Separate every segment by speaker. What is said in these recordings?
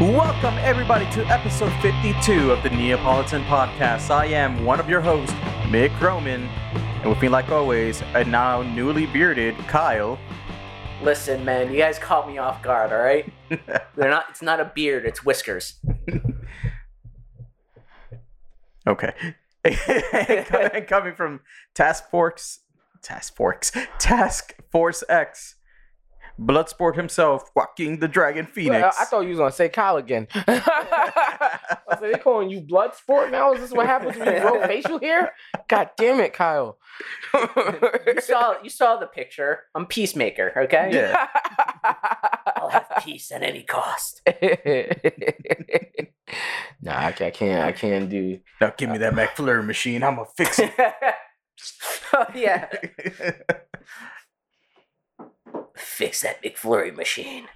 Speaker 1: welcome everybody to episode 52 of the Neapolitan Podcast. I am one of your hosts, Mick Roman, and with me, like always, a now newly bearded Kyle.
Speaker 2: Listen, man, you guys caught me off guard, all right? They're not it's not a beard, it's whiskers.
Speaker 1: Okay. And Coming from Task Force, Task Force, Task Force X, Bloodsport himself, walking the Dragon Phoenix.
Speaker 3: Well, uh, I, I thought you was gonna say Kyle again. I was like, they calling you blood sport now? Is this what happens when you grow facial hair? God damn it, Kyle.
Speaker 2: You saw you saw the picture. I'm peacemaker, okay?
Speaker 1: yeah.
Speaker 2: I'll have peace at any cost.
Speaker 3: nah, I, ca- I can't. I can't do.
Speaker 1: Now give me that McFlurry machine. I'm gonna fix it.
Speaker 2: oh yeah. Fix that McFlurry machine.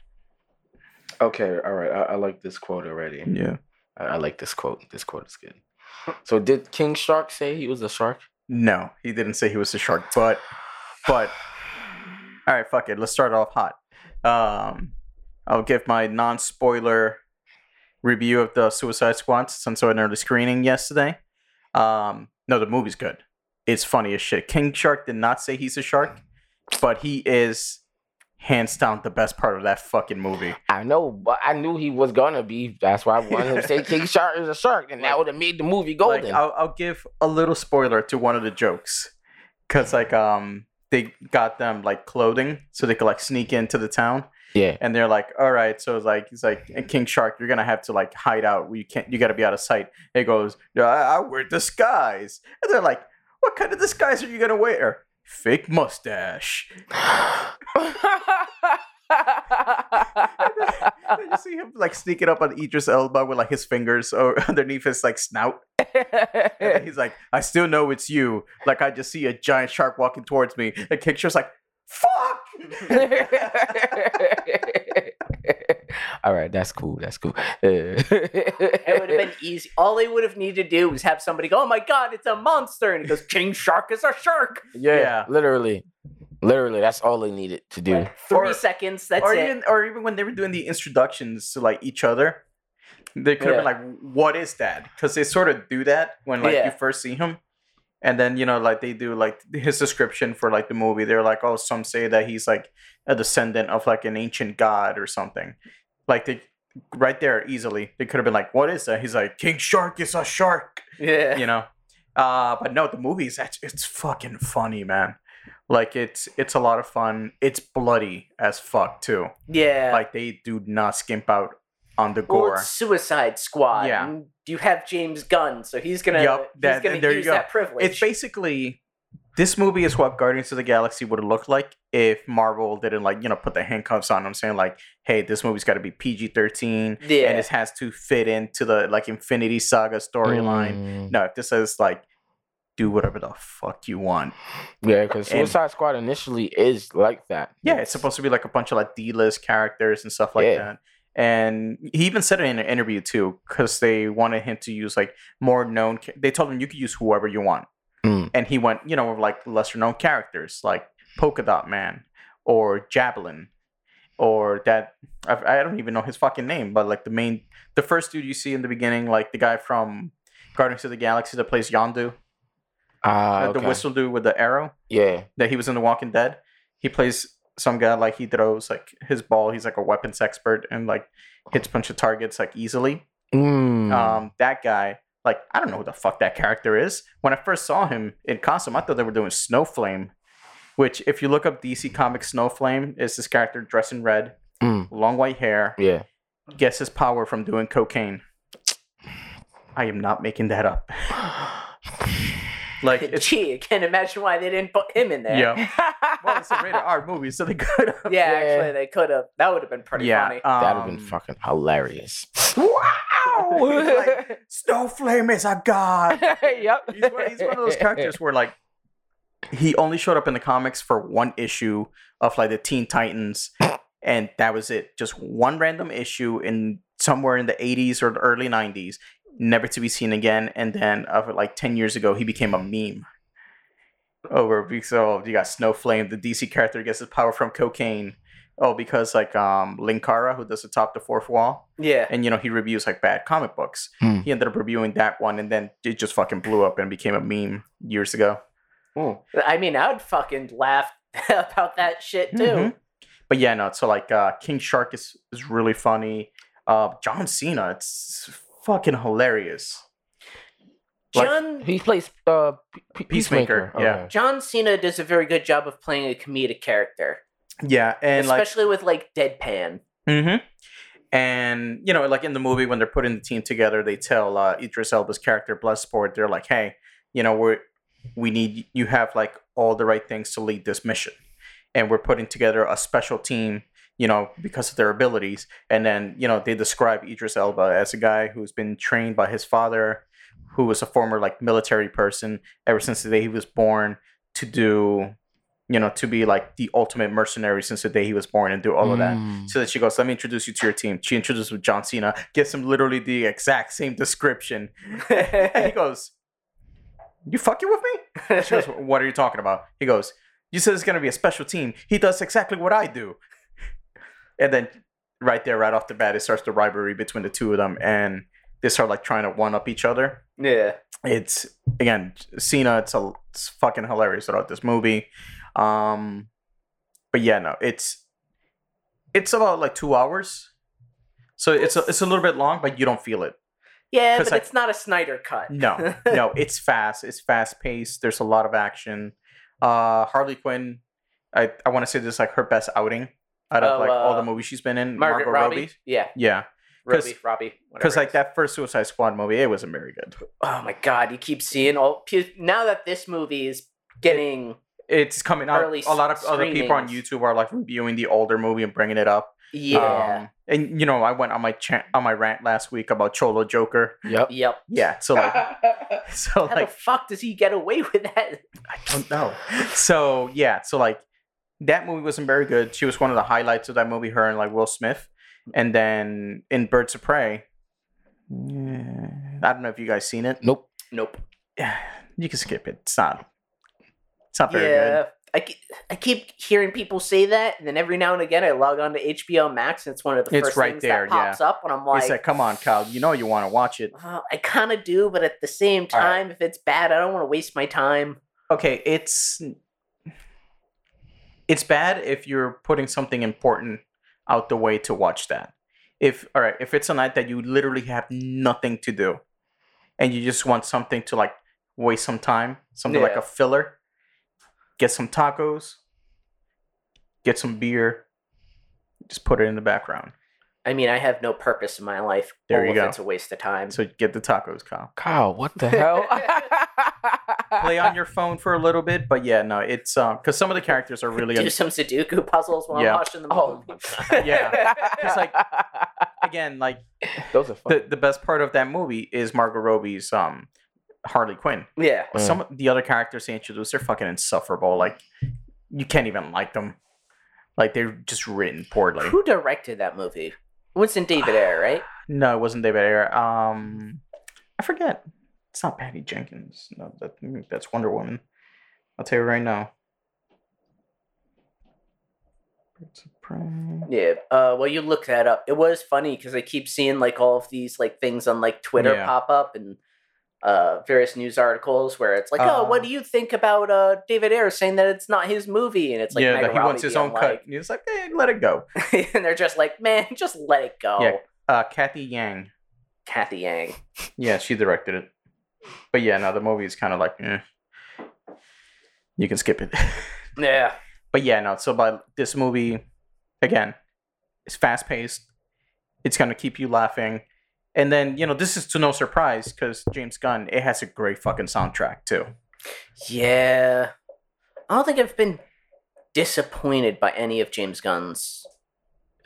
Speaker 3: Okay, all right. I, I like this quote already.
Speaker 1: yeah.
Speaker 3: I, I like this quote. This quote is good. So, did King Shark say he was a shark?
Speaker 1: No, he didn't say he was a shark, but but all right, fuck it. Let's start off hot. Um, I'll give my non-spoiler review of the Suicide Squad since I had an early screening yesterday. Um, no, the movie's good. It's funny as shit. King Shark did not say he's a shark, but he is hands down the best part of that fucking movie.
Speaker 3: I know, but I knew he was gonna be. That's why I wanted him to say King Shark is a shark, and that would have made the movie golden.
Speaker 1: Like, I'll, I'll give a little spoiler to one of the jokes, cause like um they got them like clothing so they could like sneak into the town,
Speaker 3: yeah,
Speaker 1: and they're like, all right, so it's like he's like "And King Shark, you're gonna have to like hide out. You can't. You gotta be out of sight. And he goes, yeah, I, I wear disguise, and they're like, what kind of disguise are you gonna wear? Fake mustache.
Speaker 2: Uh,
Speaker 1: And you see him like sneaking up on Idris Elba with like his fingers or underneath his like snout. And
Speaker 2: Eh.
Speaker 1: then he's like, I still know it's you. Like I just see a giant shark walking towards me. And King Shark's like, fuck.
Speaker 3: All right, that's cool. That's cool. Yeah.
Speaker 2: It would have been easy. All they would have needed to do was have somebody go, "Oh my god, it's a monster!" And he goes, "King Shark is a shark."
Speaker 3: yeah,
Speaker 1: Yeah.
Speaker 3: literally, literally. That's all they needed to do.
Speaker 2: Like, three
Speaker 1: Or-
Speaker 2: seconds. That's
Speaker 1: or
Speaker 2: it.
Speaker 1: even or even when they were doing the introductions to like each other, they could have
Speaker 2: Yeah.
Speaker 1: been like, "What is that?" Because they sort of do that when like you
Speaker 2: Yeah.
Speaker 1: first see him, and then you know like they do like his description for like the movie. They're like, "Oh, some say that he's like a descendant of like an ancient god or something." Like they right there easily they could have been like, "What is that?" He's like, "King Shark is a shark,"
Speaker 2: yeah.
Speaker 1: you know. Uh, but no, the movie's act- it's fucking funny, man. Like it's it's a lot of fun. It's bloody as fuck too
Speaker 2: Yeah.
Speaker 1: like they do not skimp out on the
Speaker 2: well,
Speaker 1: gore.
Speaker 2: it's Suicide Squad.
Speaker 1: Yeah.
Speaker 2: and You have James Gunn, so he's gonna.
Speaker 1: Yup,
Speaker 2: he's
Speaker 1: that-
Speaker 2: gonna
Speaker 1: there you
Speaker 2: use
Speaker 1: go.
Speaker 2: that privilege.
Speaker 1: it's basically this movie is what Guardians of the Galaxy would have looked like if Marvel didn't like you know put the handcuffs on them, saying like, hey, this movie's got to be PG thirteen
Speaker 2: yeah.
Speaker 1: and it has to fit into the like Infinity Saga storyline.
Speaker 3: Mm.
Speaker 1: No, if this is like. Do whatever the fuck you want.
Speaker 3: Yeah, because
Speaker 1: And-
Speaker 3: Suicide Squad initially is like that.
Speaker 1: Yeah, it's supposed to be like a bunch of like D-list characters and stuff like
Speaker 3: Yeah.
Speaker 1: that. And he even said it in an interview too, because they wanted him to use like more known. cha- They told him you could use whoever you want,
Speaker 3: Mm.
Speaker 1: and he went, you know, with like lesser known characters like Polka Dot Man or Javelin or that I, I don't even know his fucking name, but like the main, the first dude you see in the beginning, like the guy from Guardians of the Galaxy that plays Yondu,
Speaker 3: Ah,
Speaker 1: uh, the
Speaker 3: okay.
Speaker 1: whistle dude with the arrow
Speaker 3: Yeah,
Speaker 1: that he was in The Walking Dead. He plays some guy like he throws like his ball. He's like a weapons expert and like hits a bunch of targets like easily.
Speaker 3: mm.
Speaker 1: Um, that guy, like I don't know who the fuck that character is. When I first saw him in costume, I thought they were doing Snowflame, which if you look up DC Comics, Snowflame is this character dressed in red,
Speaker 3: Mm.
Speaker 1: long white hair,
Speaker 3: yeah.
Speaker 1: gets his power from doing cocaine. I am not making that up. Like it's
Speaker 2: Gee, I can't imagine why they didn't put him in there.
Speaker 1: yeah. Well, it's a rated R movie, so they could.
Speaker 2: Yeah,
Speaker 3: Yeah.
Speaker 2: actually, they could have. That would have been pretty funny.
Speaker 3: That'd have been
Speaker 1: um,
Speaker 3: fucking hilarious.
Speaker 1: Wow! Snowflame is a god.
Speaker 3: yep.
Speaker 1: He's one, he's one of those characters where like he only showed up in the comics for one issue of like the Teen Titans, and that was it. Just one random issue in somewhere in the 80s or the early 90s, never to be seen again. And then of like 10 years ago, he became a meme. Oh, Over so you got Snowflame, the DC character gets his power from cocaine. Oh, because like um Linkara, who does the top the fourth wall,
Speaker 2: Yeah.
Speaker 1: and you know he reviews like bad comic books.
Speaker 3: Hmm.
Speaker 1: He ended up reviewing that one, and then it just fucking blew up and became a meme years ago.
Speaker 3: Mm.
Speaker 2: I mean, I would fucking laugh about that shit too.
Speaker 1: Mhm. But yeah, no. So like uh, King Shark is is really funny. Uh, John Cena, it's fucking hilarious. Like-
Speaker 2: John
Speaker 3: He plays uh, P- P-
Speaker 1: Peacemaker,
Speaker 3: Peacemaker.
Speaker 1: yeah.
Speaker 3: Okay.
Speaker 2: John Cena does a very good job of playing a comedic character,
Speaker 1: Yeah, and like
Speaker 2: especially with like deadpan.
Speaker 1: hmm And you know, like in the movie when they're putting the team together, they tell uh, Idris Elba's character Bloodsport, they're like, "Hey, you know, we are we need you have like all the right things to lead this mission, and we're putting together a special team." You know, because of their abilities, and then you know they describe Idris Elba as a guy who's been trained by his father, who was a former like military person ever since the day he was born to do, you know, to be like the ultimate mercenary since the day he was born and do all of that.
Speaker 3: Mm.
Speaker 1: So then she goes, Let me introduce you to your team. She introduces with John Cena, gives him literally the exact same description. And he goes, You fucking with me? She goes, What are you talking about? He goes, You said it's gonna be a special team. He does exactly what I do. And then right there, right off the bat, it starts the rivalry between the two of them and they start like trying to one up each other.
Speaker 2: yeah.
Speaker 1: It's again Cena, it's a it's fucking hilarious throughout this movie. Um but yeah, no, it's it's about like two hours. So it's a, it's a little bit long, but you don't feel it.
Speaker 2: Yeah,
Speaker 1: 'Cause
Speaker 2: but
Speaker 1: I-
Speaker 2: it's not a Snyder cut.
Speaker 1: No, no, it's fast. It's fast paced. There's a lot of action. Uh, Harley Quinn, I, I want to say this is like her best outing out of
Speaker 2: Oh,
Speaker 1: like all
Speaker 2: uh,
Speaker 1: the movies she's been in.
Speaker 2: Margaret Robbie. Yeah.
Speaker 1: Yeah, 'Cause-
Speaker 2: Robbie, Robbie. whatever
Speaker 1: because like
Speaker 2: it
Speaker 1: that first Suicide Squad movie, it wasn't very good.
Speaker 2: is. Oh my god, you keep seeing all. pe- Now that this movie is getting.
Speaker 1: It's coming out.
Speaker 2: Early
Speaker 1: a lot of other people on
Speaker 2: screenings.
Speaker 1: YouTube are like reviewing the older movie and bringing it up.
Speaker 2: Yeah.
Speaker 1: Um, and you know, I went on my cha- on my rant last week about Cholo Joker.
Speaker 3: Yep.
Speaker 2: um, yep.
Speaker 1: Yeah. So like, so
Speaker 2: How
Speaker 1: like,
Speaker 2: the fuck does he get away with that?
Speaker 1: don't know. So yeah, so like that movie wasn't very good. She was one of the highlights of that movie, her and like Will Smith. And then in Birds of Prey, yeah, I don't know if you guys seen it.
Speaker 3: Nope.
Speaker 2: Nope.
Speaker 1: You can skip it. It's not it's not very
Speaker 2: yeah.
Speaker 1: good.
Speaker 2: I, ke- I keep hearing people say that, and then every now and again I log on to HBO Max, and it's one of the
Speaker 1: It's
Speaker 2: first
Speaker 1: right
Speaker 2: things
Speaker 1: there,
Speaker 2: that pops up, and I'm like,
Speaker 1: it's like, come on, Kyle, you know you want to watch it.
Speaker 2: Uh, I kind of do, but at the same
Speaker 1: All right.
Speaker 2: time, if it's bad, I don't want to waste my time.
Speaker 1: Okay, it's it's bad if you're putting something important out the way to watch that. If all right, if it's a night that you literally have nothing to do and you just want something to like waste some time, something like
Speaker 2: Yeah.
Speaker 1: a filler, get some tacos, get some beer, just put it in the background.
Speaker 2: I mean, I have no purpose in my life.
Speaker 1: There
Speaker 2: All
Speaker 1: you
Speaker 2: of
Speaker 1: go.
Speaker 2: It's a waste of time.
Speaker 1: So get the tacos, Kyle.
Speaker 3: Kyle, what the hell?
Speaker 1: Play on your phone for a little bit, but yeah, no, it's um because some of the characters are really
Speaker 2: do some Sudoku puzzles while
Speaker 1: Yeah.
Speaker 2: I'm watching the
Speaker 3: Oh,
Speaker 2: movie.
Speaker 1: Yeah.
Speaker 3: It's like
Speaker 1: again like
Speaker 3: those are fun.
Speaker 1: the, the best part of that movie is Margot Robbie's um Harley Quinn.
Speaker 2: yeah.
Speaker 3: Mm.
Speaker 1: Some of the other characters they introduced, they're fucking insufferable. Like you can't even like them. Like they're just written poorly.
Speaker 2: Who directed that movie? Winston David Ayer, right?
Speaker 1: No, it wasn't David Ayer. Um, I forget. It's not Patty Jenkins. No, that, that's Wonder Woman. I'll tell you right now. Birds of Prey.
Speaker 2: Yeah. Uh, well, you look that up. It was funny because I keep seeing like all of these like things on like Twitter
Speaker 1: Yeah.
Speaker 2: pop up and uh, various news articles where it's like,
Speaker 1: Uh,
Speaker 2: oh, what do you think about uh, David Ayer saying that it's not his movie? And it's like,
Speaker 1: yeah,
Speaker 2: Margot
Speaker 1: that he
Speaker 2: Robbie
Speaker 1: wants his
Speaker 2: being
Speaker 1: own
Speaker 2: like,
Speaker 1: cut. He's like, eh, let it go.
Speaker 2: and they're just like, man, just let it go.
Speaker 1: Yeah. Uh, Kathy Yang.
Speaker 2: Kathy Yang.
Speaker 1: Yeah, she directed it. But yeah, no, the movie is kind of like, eh. you can skip it.
Speaker 2: Yeah.
Speaker 1: but yeah, no. So by this movie, again, it's fast paced. It's gonna keep you laughing, and then you know this is to no surprise because James Gunn it has a great fucking soundtrack too.
Speaker 2: Yeah. I don't think I've been disappointed by any of James Gunn's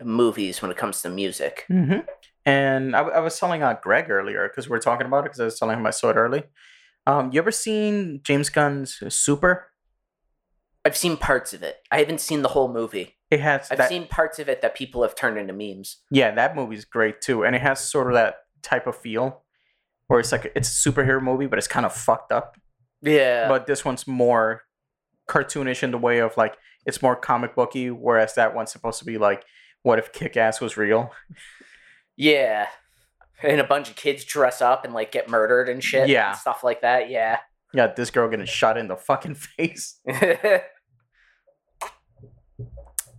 Speaker 2: movies when it comes to music.
Speaker 1: Mm-hmm. And I, w- I was telling uh, Greg earlier because we are talking about it because I was telling him I saw it early. Um, you ever seen James Gunn's Super?
Speaker 2: I've seen parts of it. I haven't seen the whole movie.
Speaker 1: It has
Speaker 2: I've
Speaker 1: that.
Speaker 2: seen parts of it that people have turned into memes.
Speaker 1: yeah, that movie's great too, and it has sort of that type of feel where it's like it's a superhero movie, but it's kind of fucked up.
Speaker 2: Yeah.
Speaker 1: but this one's more cartoonish in the way of like It's more comic booky, whereas that one's supposed to be like, what if Kick Ass was real?
Speaker 2: Yeah. And a bunch of kids dress up and like get murdered and shit.
Speaker 1: Yeah.
Speaker 2: and stuff like that. Yeah.
Speaker 1: Yeah, this girl getting shot in the fucking face.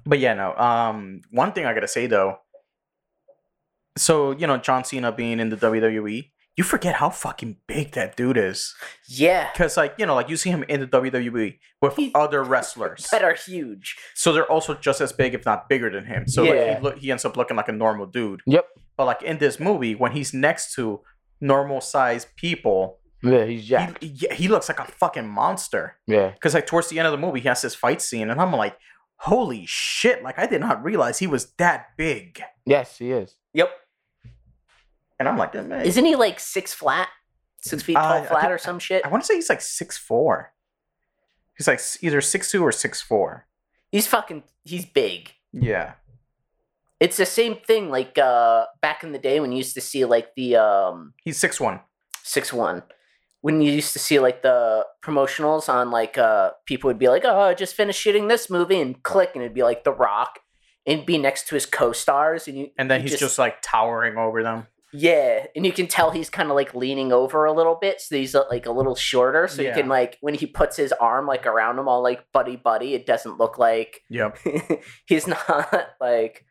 Speaker 1: But yeah, no. Um, one thing I gotta say though. So you know John Cena being in the WWE, you forget how fucking big that dude is.
Speaker 2: yeah.
Speaker 1: Cause like you know, like you see him in the WWE with
Speaker 2: He-
Speaker 1: other wrestlers,
Speaker 2: That are huge.
Speaker 1: so they're also just as big, if not bigger than him. So like
Speaker 2: Yeah.
Speaker 1: he, look, he ends up looking like a normal dude.
Speaker 3: Yep.
Speaker 1: But like in this movie, when he's next to normal sized people,
Speaker 3: Mm. Yeah, he's
Speaker 1: yeah.
Speaker 3: jacked.
Speaker 1: he, yeah, he looks like a fucking monster.
Speaker 3: Yeah.
Speaker 1: Because like towards the end of the movie, he has this fight scene, and I'm like, holy shit! Like I did not realize he was that big.
Speaker 3: Yes, he is.
Speaker 2: Yep.
Speaker 1: And I'm like, man,
Speaker 2: Isn't he like six flat? Six feet
Speaker 1: Uh, I
Speaker 2: tall
Speaker 1: think-
Speaker 2: flat or some shit?
Speaker 1: I want to say he's like six four. He's like s- either six two or six four.
Speaker 2: He's fucking he's big.
Speaker 1: Yeah.
Speaker 2: It's the same thing like uh back in the day when you used to see like the um
Speaker 1: He's six one.
Speaker 2: six one. When you used to see like the promotionals on like uh people would be like, Oh, I just finished shooting this movie and click and it'd be like The Rock and it'd be next to his co stars and you
Speaker 1: And then
Speaker 2: you
Speaker 1: he's just, like towering over them.
Speaker 2: Yeah, and you can tell he's kind of like leaning over a little bit, so he's uh, like a little shorter. So
Speaker 1: Yeah.
Speaker 2: you can like when he puts his arm like around him, all like buddy buddy. It doesn't look like
Speaker 1: Yep.
Speaker 2: he's not like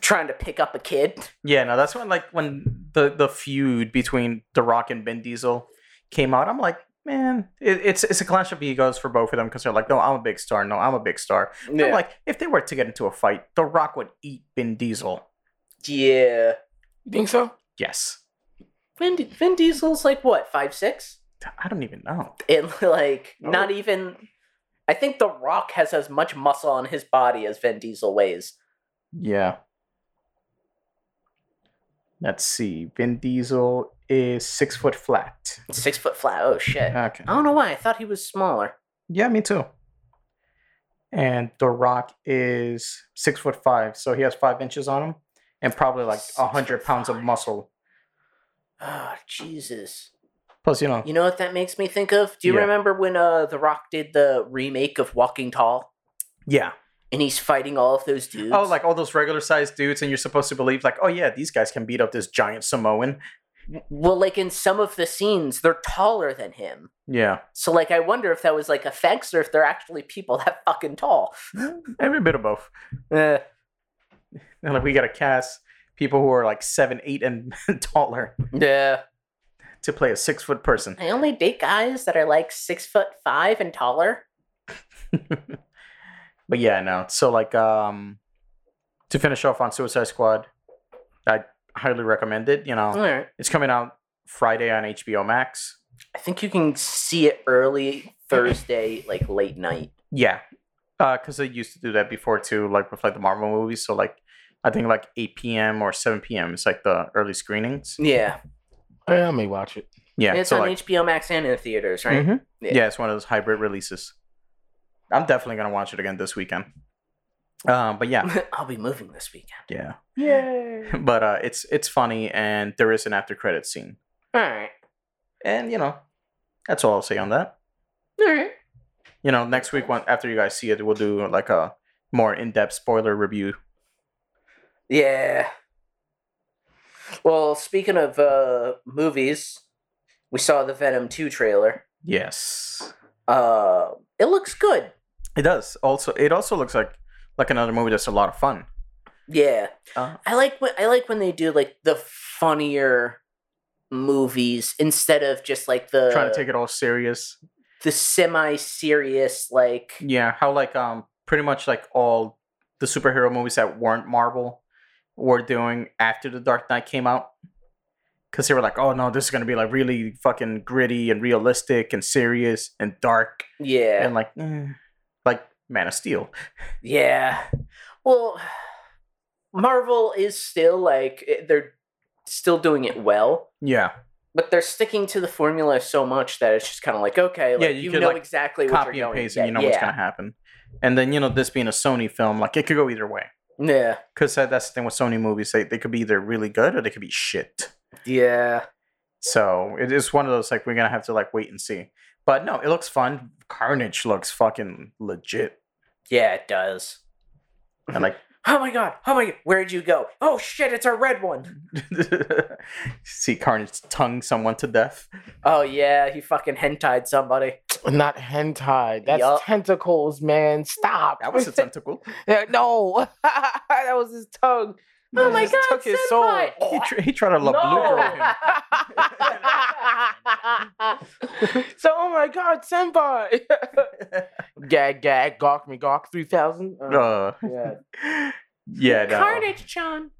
Speaker 2: trying to pick up a kid.
Speaker 1: Yeah, no, that's when like when the the feud between The Rock and Vin Diesel came out. I'm like, man, it, it's it's a clash of egos for both of them because they're like, no, I'm a big star. No, I'm a big star. I'm like, if they were to get into a fight, The Rock would eat Vin Diesel.
Speaker 2: yeah.
Speaker 3: You think so?
Speaker 1: Yes.
Speaker 2: Vin, Vin Diesel's like what five six,
Speaker 1: I don't even know.
Speaker 2: and like
Speaker 3: Oh.
Speaker 2: not even. I think The Rock has as much muscle on his body as Vin Diesel weighs.
Speaker 1: Yeah. Let's see. Vin Diesel is six foot flat.
Speaker 2: Six foot flat. Oh shit!
Speaker 1: Okay.
Speaker 2: I don't know why. I thought he was smaller.
Speaker 1: Yeah, me too. And The Rock is six foot five, so he has five inches on him, and probably like
Speaker 2: Six
Speaker 1: a hundred
Speaker 2: foot
Speaker 1: pounds of
Speaker 2: five.
Speaker 1: muscle.
Speaker 2: Oh Jesus.
Speaker 1: Plus, you know,
Speaker 2: You know what that makes me think of? Do you
Speaker 1: Yeah.
Speaker 2: remember when uh The Rock did the remake of Walking Tall
Speaker 1: yeah.
Speaker 2: and he's fighting all of those dudes?
Speaker 1: Oh, like all those regular sized dudes, and you're supposed to believe like, oh yeah, these guys can beat up this giant Samoan.
Speaker 2: well, like in some of the scenes, they're taller than him.
Speaker 1: Yeah,
Speaker 2: So like I wonder if that was like effects or if they're actually people that fucking tall.
Speaker 1: every bit of both.
Speaker 2: Eh,
Speaker 1: And like, we gotta cast people who are like seven, eight, and taller
Speaker 2: yeah.
Speaker 1: to play a six foot person.
Speaker 2: I only date guys that are like six foot five and taller.
Speaker 1: But yeah, no. So like um to finish off on Suicide Squad, I highly recommend it. You know,
Speaker 2: Alright.
Speaker 1: it's coming out Friday on HBO Max.
Speaker 2: I think you can see it early Thursday, like late night.
Speaker 1: Yeah. Uh, cause they used to do that before too, like with like the Marvel movies. So like I think like eight PM or seven PM is like the early screenings.
Speaker 2: Yeah.
Speaker 3: Yeah, I may watch it.
Speaker 1: Yeah.
Speaker 2: And it's
Speaker 1: so,
Speaker 2: on
Speaker 1: like-
Speaker 2: HBO Max and in theaters, right?
Speaker 1: Mhm.
Speaker 2: Yeah.
Speaker 1: Yeah. it's one of those hybrid releases. I'm definitely gonna watch it again this weekend. Um, but yeah,
Speaker 2: I'll be moving this weekend.
Speaker 1: yeah.
Speaker 3: Yay.
Speaker 1: But uh, it's it's funny, and there is an after credit scene.
Speaker 2: Alright.
Speaker 1: And you know, that's all I'll say on that.
Speaker 2: Alright.
Speaker 1: You know, next week when after you guys see it, we'll do like a more in-depth spoiler review.
Speaker 2: Yeah. Well, speaking of uh, movies, we saw the Venom 2 trailer.
Speaker 1: Yes.
Speaker 2: Uh, it looks good.
Speaker 1: It does. Also it also looks like like another movie that's a lot of fun.
Speaker 2: Yeah.
Speaker 1: Uh.
Speaker 2: I like when I like when they do like the funnier movies instead of just like the
Speaker 1: Trying to take it all serious.
Speaker 2: the semi-serious like
Speaker 1: Yeah, how like um pretty much like all the superhero movies that weren't Marvel were doing after the Dark Knight came out. Cause they were like, oh no, this is gonna be like really fucking gritty and realistic and serious and dark.
Speaker 2: yeah.
Speaker 1: And like eh, like Man of Steel.
Speaker 2: Yeah. Well, Marvel is still like it- they're still doing it well,
Speaker 1: Yeah.
Speaker 2: but they're sticking to the formula so much that it's just kind of like okay, like,
Speaker 1: Yeah,
Speaker 2: you,
Speaker 1: you could,
Speaker 2: know
Speaker 1: like,
Speaker 2: exactly what
Speaker 1: copy
Speaker 2: you're
Speaker 1: and
Speaker 2: going
Speaker 1: paste,
Speaker 2: to
Speaker 1: and
Speaker 2: get.
Speaker 1: you know
Speaker 2: yeah.
Speaker 1: what's gonna happen. And then you know this being a Sony film, like it could go either way.
Speaker 2: Yeah.
Speaker 1: Because that's the thing with Sony movies; they they could be either really good or they could be shit.
Speaker 2: Yeah.
Speaker 1: So it is one of those like we're gonna have to like wait and see. But no, it looks fun. Carnage looks fucking legit.
Speaker 2: Yeah, it does.
Speaker 1: And like,
Speaker 2: Oh my god! Oh my god! Where'd you go? Oh shit! It's a red one.
Speaker 1: see Carnage tongue someone to death.
Speaker 2: Oh yeah, he fucking hentai'd somebody.
Speaker 3: Not hentai. That's
Speaker 2: Yup.
Speaker 3: tentacles, man. Stop.
Speaker 1: That was a tentacle.
Speaker 3: Yeah, no, that was his tongue.
Speaker 2: Oh
Speaker 3: He
Speaker 2: my
Speaker 3: just
Speaker 2: god!
Speaker 3: took his soul.
Speaker 2: senpai!
Speaker 1: He, tr- he tried to la
Speaker 2: No.
Speaker 1: blue girl him.
Speaker 3: so, oh my god, senpai. gag, gag, gawk me, gawk, 3000. Uh,
Speaker 1: Uh,
Speaker 3: yeah.
Speaker 1: yeah, no.
Speaker 2: Carnage, John.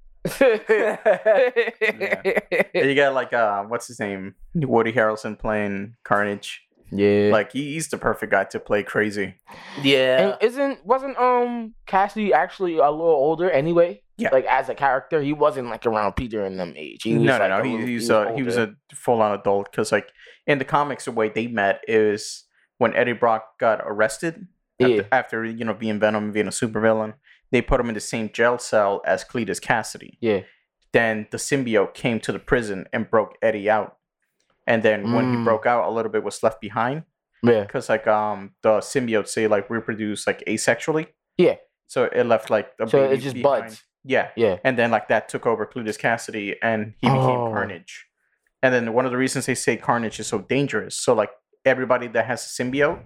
Speaker 3: Uh.
Speaker 1: And You got like uh, what's his name? Woody Harrelson playing Carnage.
Speaker 3: yeah.
Speaker 1: Like he, he's the perfect guy to play crazy.
Speaker 2: Yeah.
Speaker 3: And isn't wasn't um Cassidy actually a little older anyway?
Speaker 1: Yeah.
Speaker 3: Like as a character, he wasn't like around Peter in them age. He was,
Speaker 1: no,
Speaker 3: like,
Speaker 1: no,
Speaker 3: a
Speaker 1: no. He,
Speaker 3: little-
Speaker 1: he's a he was
Speaker 3: older.
Speaker 1: a full on adult because like in the comics, the way they met is when Eddie Brock got arrested after,
Speaker 3: Yeah.
Speaker 1: after you know being Venom and being a supervillain. They put him in the same jail cell as Cletus Cassidy.
Speaker 3: yeah.
Speaker 1: Then the symbiote came to the prison and broke Eddie out. And then when he
Speaker 3: Mm.
Speaker 1: broke out, a little bit was left behind.
Speaker 3: Yeah.
Speaker 1: because like um the symbiotes they like reproduce like asexually.
Speaker 3: Yeah.
Speaker 1: So it left like a
Speaker 3: So it
Speaker 1: baby
Speaker 3: just
Speaker 1: behind.
Speaker 3: buds.
Speaker 1: Yeah,
Speaker 3: Yeah.
Speaker 1: and then like that took over Cletus Cassidy, and he became
Speaker 3: Oh.
Speaker 1: Carnage. And then one of the reasons they say Carnage is so dangerous, so like everybody that has a symbiote,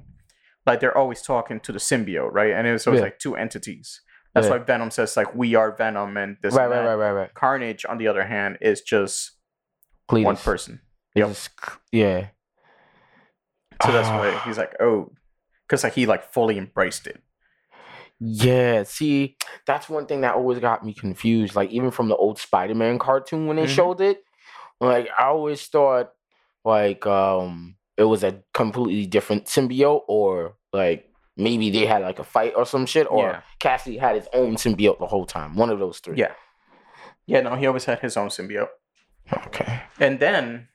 Speaker 1: like they're always talking to the symbiote, right? And it's always
Speaker 3: Yeah.
Speaker 1: like two entities. That's
Speaker 3: Yeah.
Speaker 1: why Venom says like we are Venom, and this.
Speaker 3: Right,
Speaker 1: and
Speaker 3: right,
Speaker 1: that.
Speaker 3: right, right, right.
Speaker 1: Carnage, on the other hand, is just
Speaker 3: Cletus.
Speaker 1: one person.
Speaker 3: He's
Speaker 1: Yep.
Speaker 3: just c- Yeah. Ah.
Speaker 1: So that's why he's like, oh, because like he like fully embraced it.
Speaker 3: Yeah, see, that's one thing that always got me confused. Like even from the old Spider-Man cartoon when they
Speaker 1: Mhm.
Speaker 3: showed it, like I always thought like um it was a completely different symbiote or like maybe they had like a fight or some shit or
Speaker 1: Yeah.
Speaker 3: Cassidy had his own symbiote the whole time. One of those three.
Speaker 1: Yeah. Yeah, no, he always had his own symbiote.
Speaker 3: Okay.
Speaker 1: And then,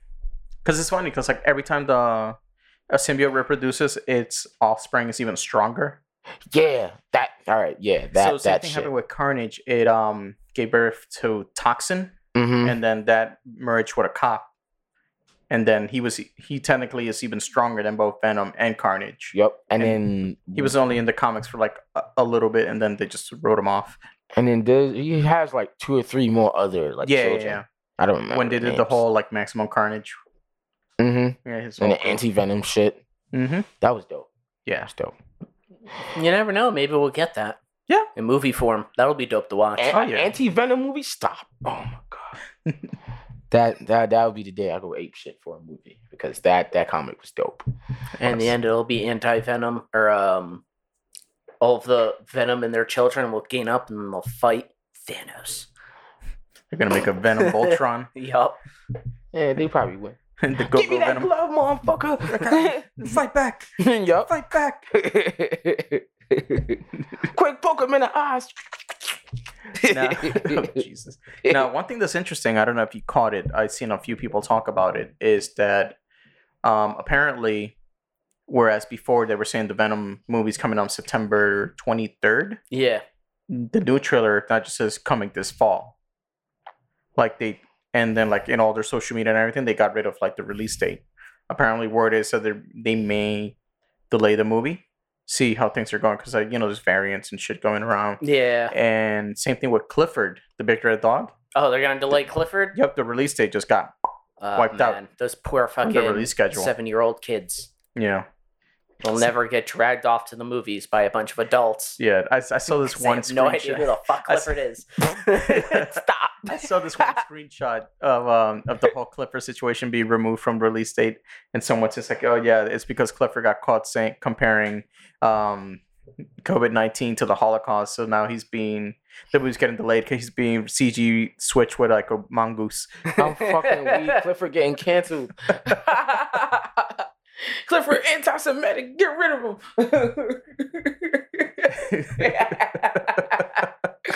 Speaker 1: because it's funny, because like every time the a symbiote reproduces, its offspring is even stronger.
Speaker 3: Yeah. That all right, yeah. That
Speaker 1: so same
Speaker 3: that
Speaker 1: thing
Speaker 3: shit.
Speaker 1: happened with Carnage. It um gave birth to Toxin,
Speaker 3: Mhm.
Speaker 1: and then that merged with a cop, and then he was he technically is even stronger than both Venom and Carnage.
Speaker 3: Yep. And,
Speaker 1: and
Speaker 3: then
Speaker 1: He was only in the comics for like a, a little bit, and then they just wrote him off.
Speaker 3: and then there's, he has like two or three more other like
Speaker 1: yeah, yeah,
Speaker 3: children.
Speaker 1: yeah.
Speaker 3: I don't remember.
Speaker 1: When they did the whole like Maximum Carnage,
Speaker 3: hmm
Speaker 1: yeah, his
Speaker 3: and the anti venom shit.
Speaker 1: hmm
Speaker 3: That was dope.
Speaker 1: Yeah,
Speaker 3: That's dope.
Speaker 2: you never know. Maybe we'll get that.
Speaker 1: Yeah.
Speaker 2: In movie form, that'll be dope to watch.
Speaker 3: Eh.
Speaker 1: Oh, yeah.
Speaker 3: Anti venom movie. Stop. Oh my god. that that that would be the day I go ape shit for a movie because that that comic was dope.
Speaker 2: In the
Speaker 1: Yes.
Speaker 2: end, it'll be anti venom or um, all of the venom in their children will gain up and they'll fight Thanos.
Speaker 1: they're gonna make a Venom Voltron.
Speaker 2: Yup.
Speaker 3: Yeah, they probably win.
Speaker 1: And the go
Speaker 3: Give me
Speaker 1: go
Speaker 3: that
Speaker 1: venom.
Speaker 3: glove, motherfucker.
Speaker 1: Fight back!
Speaker 3: yup.
Speaker 1: Fight back!
Speaker 3: Quick, poke him in the eyes.
Speaker 1: Now, Jesus. Now, one thing that's interesting, I don't know if you caught it, I've seen a few people talk about it, is that um, apparently, whereas before they were saying the Venom movie's coming on September 23rd,
Speaker 2: Yeah.
Speaker 1: the new trailer not just says coming this fall. Like they, and then like in all their social media and everything, they got rid of like the release date. Apparently, word is that they- they may delay the movie, see how things are going, because like you know there's variants and shit going around.
Speaker 2: Yeah.
Speaker 1: And same thing with Clifford, the big red dog.
Speaker 2: Oh, they're gonna delay Clifford.
Speaker 1: Yep, the release date just got
Speaker 2: Oh,
Speaker 1: Wiped out.
Speaker 2: Those poor
Speaker 1: on the release
Speaker 2: fucking
Speaker 1: schedule.
Speaker 2: seven-year-old kids.
Speaker 1: yeah,
Speaker 2: They'll never get dragged off to the movies by a bunch of adults.
Speaker 1: yeah. I, I saw this
Speaker 2: 'Cause
Speaker 1: one.
Speaker 2: they have no idea
Speaker 1: screenshot.
Speaker 2: who the fuck
Speaker 1: I s-
Speaker 2: Clifford is.
Speaker 3: Stop.
Speaker 1: I saw this one screenshot of um, of the whole Clifford situation being removed from release date, and someone's just like, "Oh yeah, it's because Clifford got caught saying comparing um, COVID nineteen to the Holocaust, so now he's being the movie's getting delayed because he's being CG switched with like a mongoose."
Speaker 3: I'm fucking weak. Clifford getting canceled. Clifford anti-Semitic. Get rid of him.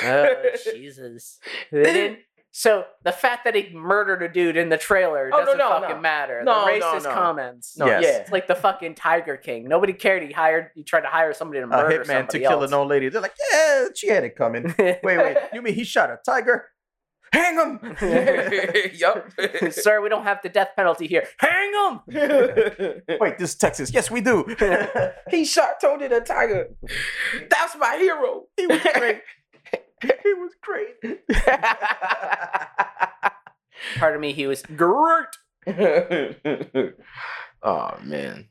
Speaker 2: Oh, Jesus. They didn't- So the fact that he murdered a dude in the trailer
Speaker 3: Oh, no,
Speaker 2: doesn't
Speaker 3: no, no.
Speaker 2: fucking matter.
Speaker 3: No,
Speaker 2: the
Speaker 3: no,
Speaker 2: racist
Speaker 3: no.
Speaker 2: comments.
Speaker 1: No, Yes.
Speaker 2: It's like the fucking Tiger King. Nobody cared. He hired. He tried to hire somebody to
Speaker 1: a
Speaker 2: murder
Speaker 1: hitman
Speaker 2: somebody
Speaker 1: to kill
Speaker 2: else.
Speaker 1: an old lady. They're like, "Yeah, she had it coming." wait, wait, you mean he shot a tiger? Hang him!
Speaker 3: yep.
Speaker 2: Sir, we don't have the death penalty here. Hang him!
Speaker 1: Wait, this is Texas. Yes, we do.
Speaker 3: he shot Tony the Tiger. That's my hero.
Speaker 1: he was great. He was great.
Speaker 2: Pardon me, he was great.
Speaker 3: oh man.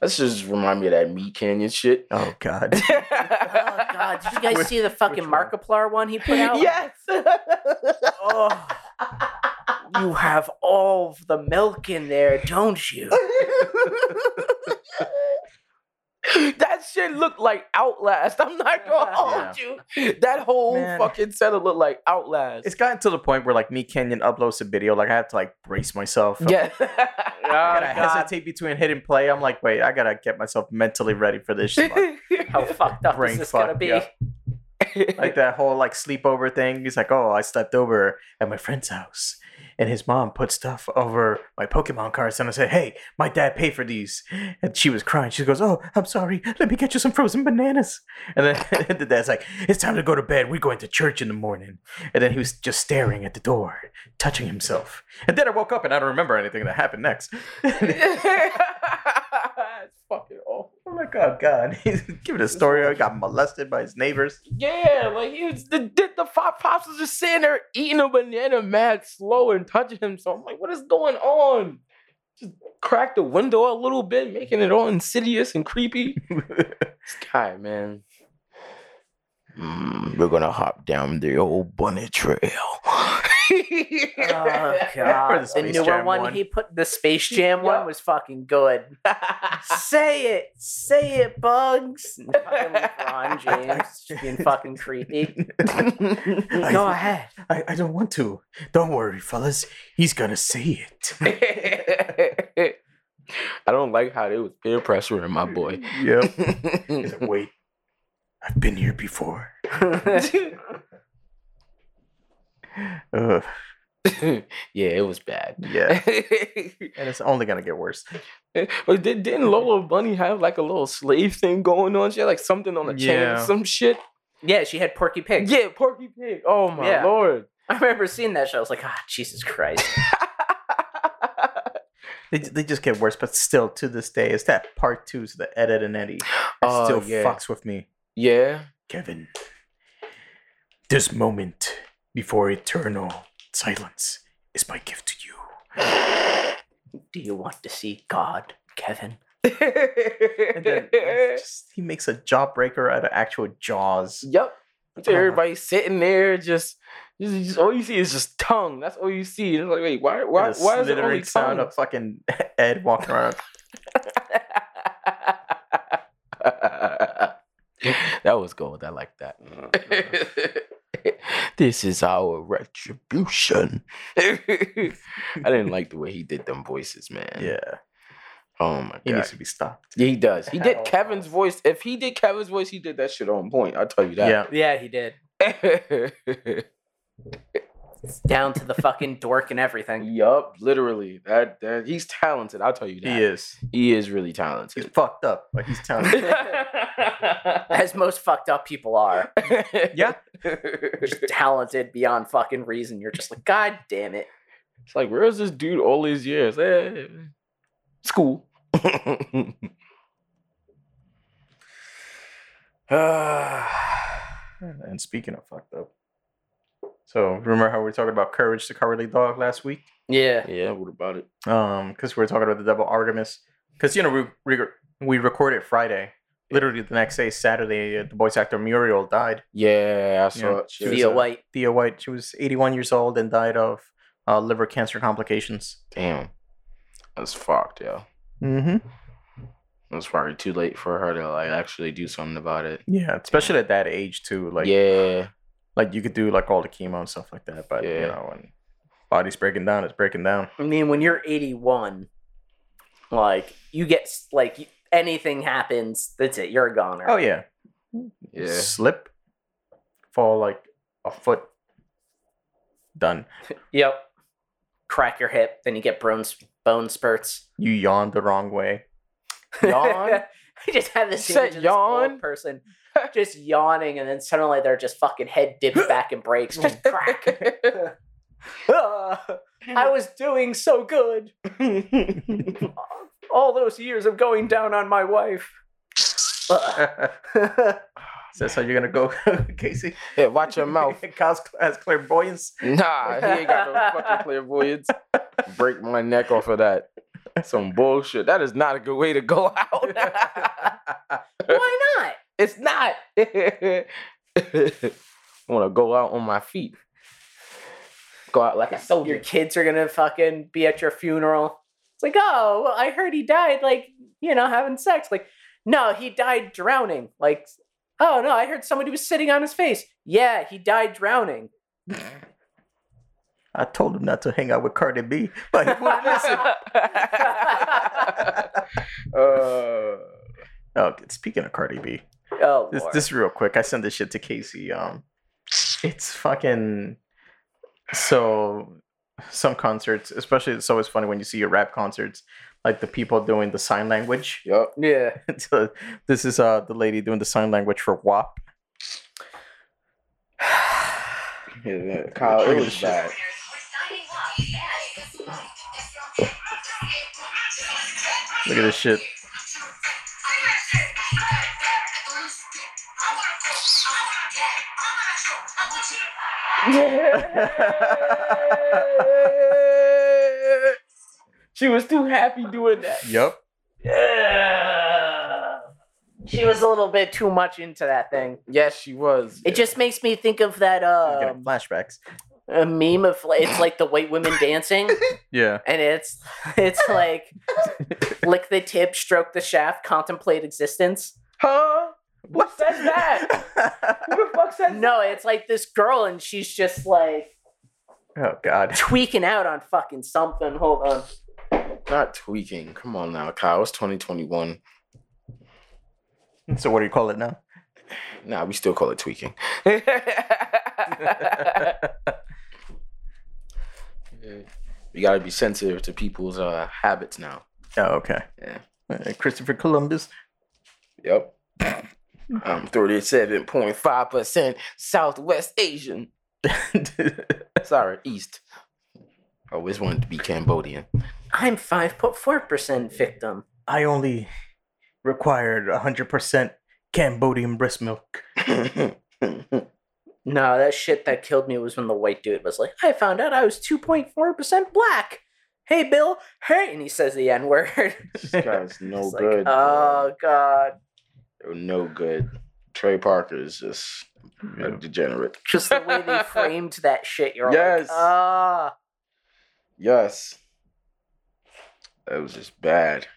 Speaker 3: That's just remind me of that meat canyon shit.
Speaker 1: Oh God.
Speaker 2: Oh god, did you guys
Speaker 1: Which-
Speaker 2: see the fucking
Speaker 1: which one?
Speaker 2: Markiplier one he put out?
Speaker 3: Yes.
Speaker 2: Oh, you have all of the milk in there, don't you?
Speaker 3: that shit looked like Outlast. I'm not gonna hold you. That whole
Speaker 1: Man.
Speaker 3: fucking setup looked like Outlast.
Speaker 1: It's gotten to the point where like me Kenyon uploads a video, like I have to like brace myself.
Speaker 3: yeah. Oh,
Speaker 1: I gotta hesitate between hit and play. I'm like, wait, I gotta get myself mentally ready for this shit.
Speaker 2: How fucked up
Speaker 1: Brain
Speaker 2: is this
Speaker 1: fuck,
Speaker 2: gonna be?
Speaker 1: yeah. like that whole like sleepover thing. He's like, oh, I slept over at my friend's house, and his mom put stuff over my Pokemon cards, and I said, hey, my dad paid for these, and she was crying. She goes, oh, I'm sorry. Let me get you some frozen bananas. And then the dad's like, it's time to go to bed. We're going to church in the morning. And then he was just staring at the door, touching himself. And then I woke up and I don't remember anything that happened next.
Speaker 3: it's fucking awful.
Speaker 1: I'm like, oh god, he's giving a story. I got molested by his neighbors.
Speaker 3: Yeah, like he was the the, the five pops was just sitting there eating a banana mad slow and touching himself. I'm like, what is going on? Just crack the window a little bit, making it all insidious and creepy. this guy, man. Mm, we're gonna hop down the old bunny trail. Uh.
Speaker 2: Oh
Speaker 1: Or the
Speaker 2: god, the
Speaker 1: Space
Speaker 2: newer
Speaker 1: Jam
Speaker 2: one,
Speaker 1: one.
Speaker 2: he put the Space Jam one was fucking good.
Speaker 1: Ah.
Speaker 2: say it, say it, Bugs. And fucking LeBron James just being fucking creepy. Go ahead.
Speaker 1: I, I don't want to. Don't worry, fellas. He's gonna see it.
Speaker 3: I don't like how they was peer pressuring my boy.
Speaker 1: Yep. He's like, wait, I've been here before. Ugh.
Speaker 3: yeah, it was bad.
Speaker 1: Yeah. And it's only gonna get worse.
Speaker 3: but did, didn't Lola Bunny have like a little slave thing going on? She had like something on the
Speaker 1: Yeah.
Speaker 3: chain, some shit.
Speaker 2: Yeah, she had Porky Pig.
Speaker 3: Yeah, Porky Pig. Oh my
Speaker 2: Yeah.
Speaker 3: lord.
Speaker 2: I remember seeing that show. I was like, ah, Jesus Christ.
Speaker 1: They, they just get worse, but still to this day, it's that part two to the Ed, Ed and Eddie. It
Speaker 3: Oh,
Speaker 1: still
Speaker 3: yeah.
Speaker 1: fucks with me.
Speaker 3: Yeah.
Speaker 1: Kevin, this moment before eternal silence is my gift to you.
Speaker 2: Do you want to see God, Kevin?
Speaker 1: And then just- he makes a jawbreaker out of actual jaws.
Speaker 3: Yep. So
Speaker 1: Uh.
Speaker 3: everybody sitting there, just, just, just- all you see is just tongue. That's all you see. It's like, wait, why, why,
Speaker 1: the
Speaker 3: why is it
Speaker 1: slithering
Speaker 3: only
Speaker 1: sound
Speaker 3: tongue?
Speaker 1: of fucking Ed walking around?
Speaker 3: that was gold. I like that.
Speaker 1: Mm-hmm.
Speaker 3: this is our retribution. I didn't like the way he did them voices, man.
Speaker 1: yeah,
Speaker 3: Oh my
Speaker 1: he
Speaker 3: god.
Speaker 1: needs to be stopped.
Speaker 3: Yeah, he does. He
Speaker 2: Oh,
Speaker 3: did Kevin's voice. If he did Kevin's voice, he did that shit on point. I'll tell you that.
Speaker 1: Yeah,
Speaker 2: Yeah, he did. Down to the fucking dork and everything.
Speaker 3: yup. Literally. That, that he's talented. I'll tell you that.
Speaker 1: he is.
Speaker 3: He is really
Speaker 1: He's
Speaker 3: talented.
Speaker 1: fucked up, but he's talented.
Speaker 2: As most fucked up people are.
Speaker 1: Yeah.
Speaker 2: Just talented beyond fucking reason. You're just like, God damn it.
Speaker 3: It's like, where is this dude all these years? Eh, school.
Speaker 1: and speaking of fucked up, so remember how we were talking about courage, the cowardly dog last week?
Speaker 2: Yeah.
Speaker 3: yeah, what about it?
Speaker 1: Um, because we were talking about the double Artemis. Because you know we we, we recorded Friday. Literally the next day, Saturday, uh, the voice actor Muriel died.
Speaker 3: Yeah, I saw
Speaker 1: Yeah.
Speaker 3: it. Shit.
Speaker 1: was
Speaker 2: Thea
Speaker 1: a-
Speaker 2: White.
Speaker 1: Thea White, she was 81 years old and died of uh, liver cancer complications.
Speaker 3: Damn. That's fucked, yo.
Speaker 1: Mm-hmm.
Speaker 3: It's probably too late for her to like actually do something about it.
Speaker 1: Yeah, especially at that age too. Like,
Speaker 3: yeah.
Speaker 1: like you could do like all the chemo and stuff like that, but you
Speaker 3: Yeah.
Speaker 1: know, when body's breaking down, it's breaking down.
Speaker 2: I mean, when you're 81, like, you get, s- like, y- anything happens, that's it. You're a goner.
Speaker 1: Oh yeah,
Speaker 3: Yeah.
Speaker 1: slip, fall like a foot, done.
Speaker 2: Yep. Crack your hip, then you get bone, sp- bone spurts.
Speaker 1: You yawned the wrong way.
Speaker 3: Yawn?
Speaker 2: I just have this
Speaker 3: You
Speaker 2: image
Speaker 3: said
Speaker 2: of this old
Speaker 3: yawn?
Speaker 2: person just yawning, and then suddenly their just fucking head dips back and breaks. Just crack. Ah, I was doing so good. All those years of going down on my wife. Ah.
Speaker 1: So that's how you're gonna go, Casey.
Speaker 3: yeah, watch your mouth.
Speaker 1: Cos- has clairvoyance.
Speaker 3: Nah, he ain't got no fucking clairvoyance. Break my neck off of that. Some bullshit. That is not a good way to go out.
Speaker 2: Why not?
Speaker 3: it's not. I want to go out on my feet. Go out like a
Speaker 2: Your
Speaker 3: soldier.
Speaker 2: kids are gonna fucking be at your funeral. It's like, oh, well, I heard he died, like, you know, having sex. Like, no, he died drowning. Like, oh no, I heard somebody was sitting on his face. Yeah, he died drowning.
Speaker 1: I told him not to hang out with Cardi B, but he wouldn't listen.
Speaker 3: Uh,
Speaker 1: Oh, speaking of Cardi B,
Speaker 2: Oh,
Speaker 1: this,
Speaker 2: Lord.
Speaker 1: this real quick. I sent this shit to Casey. Um, it's fucking so. Some concerts, especially, it's always funny when you see your rap concerts, like the people doing the sign language.
Speaker 3: yup.
Speaker 2: yeah.
Speaker 1: so this is uh the lady doing the sign language for WAP.
Speaker 3: Yeah, Kyle, it was bad.
Speaker 1: Look at this shit.
Speaker 3: she was too happy doing that.
Speaker 1: Yep.
Speaker 2: Yeah. She was a little bit too much into that thing.
Speaker 3: Yes, she was.
Speaker 2: It just makes me think of that
Speaker 1: I'm getting
Speaker 2: um,
Speaker 1: flashbacks.
Speaker 2: a meme of like, it's like the white women dancing,
Speaker 1: Yeah.
Speaker 2: and it's it's like lick the tip, stroke the shaft, contemplate existence.
Speaker 3: huh?
Speaker 1: What
Speaker 3: says Who the fuck says
Speaker 2: No, it's like this girl, and she's just like
Speaker 1: oh God.
Speaker 2: tweaking out on fucking something. Hold on,
Speaker 3: Not tweaking. Come on now, Kyle. It's 2021.
Speaker 1: So what do you call it now?
Speaker 3: Nah, we still call it tweaking. we gotta be sensitive to people's uh, habits now.
Speaker 1: Oh, okay.
Speaker 3: Yeah.
Speaker 1: Uh, Christopher Columbus.
Speaker 3: Yep. I'm 37.5% Southwest Asian. Sorry, East. I always wanted to be Cambodian.
Speaker 2: I'm five point four percent victim.
Speaker 1: I only required 100% Cambodian breast milk.
Speaker 2: No, that shit that killed me was when the white dude was like, I found out I was 2.4% black. Hey, Bill. Hey. And he says the N word.
Speaker 3: this guy's no
Speaker 2: It's like,
Speaker 3: good.
Speaker 2: oh, God.
Speaker 3: bro. no good. Trey Parker is just a degenerate.
Speaker 2: Just the way they framed that shit, you're
Speaker 3: Yes.
Speaker 2: like, ah.
Speaker 3: Yes. That was just bad.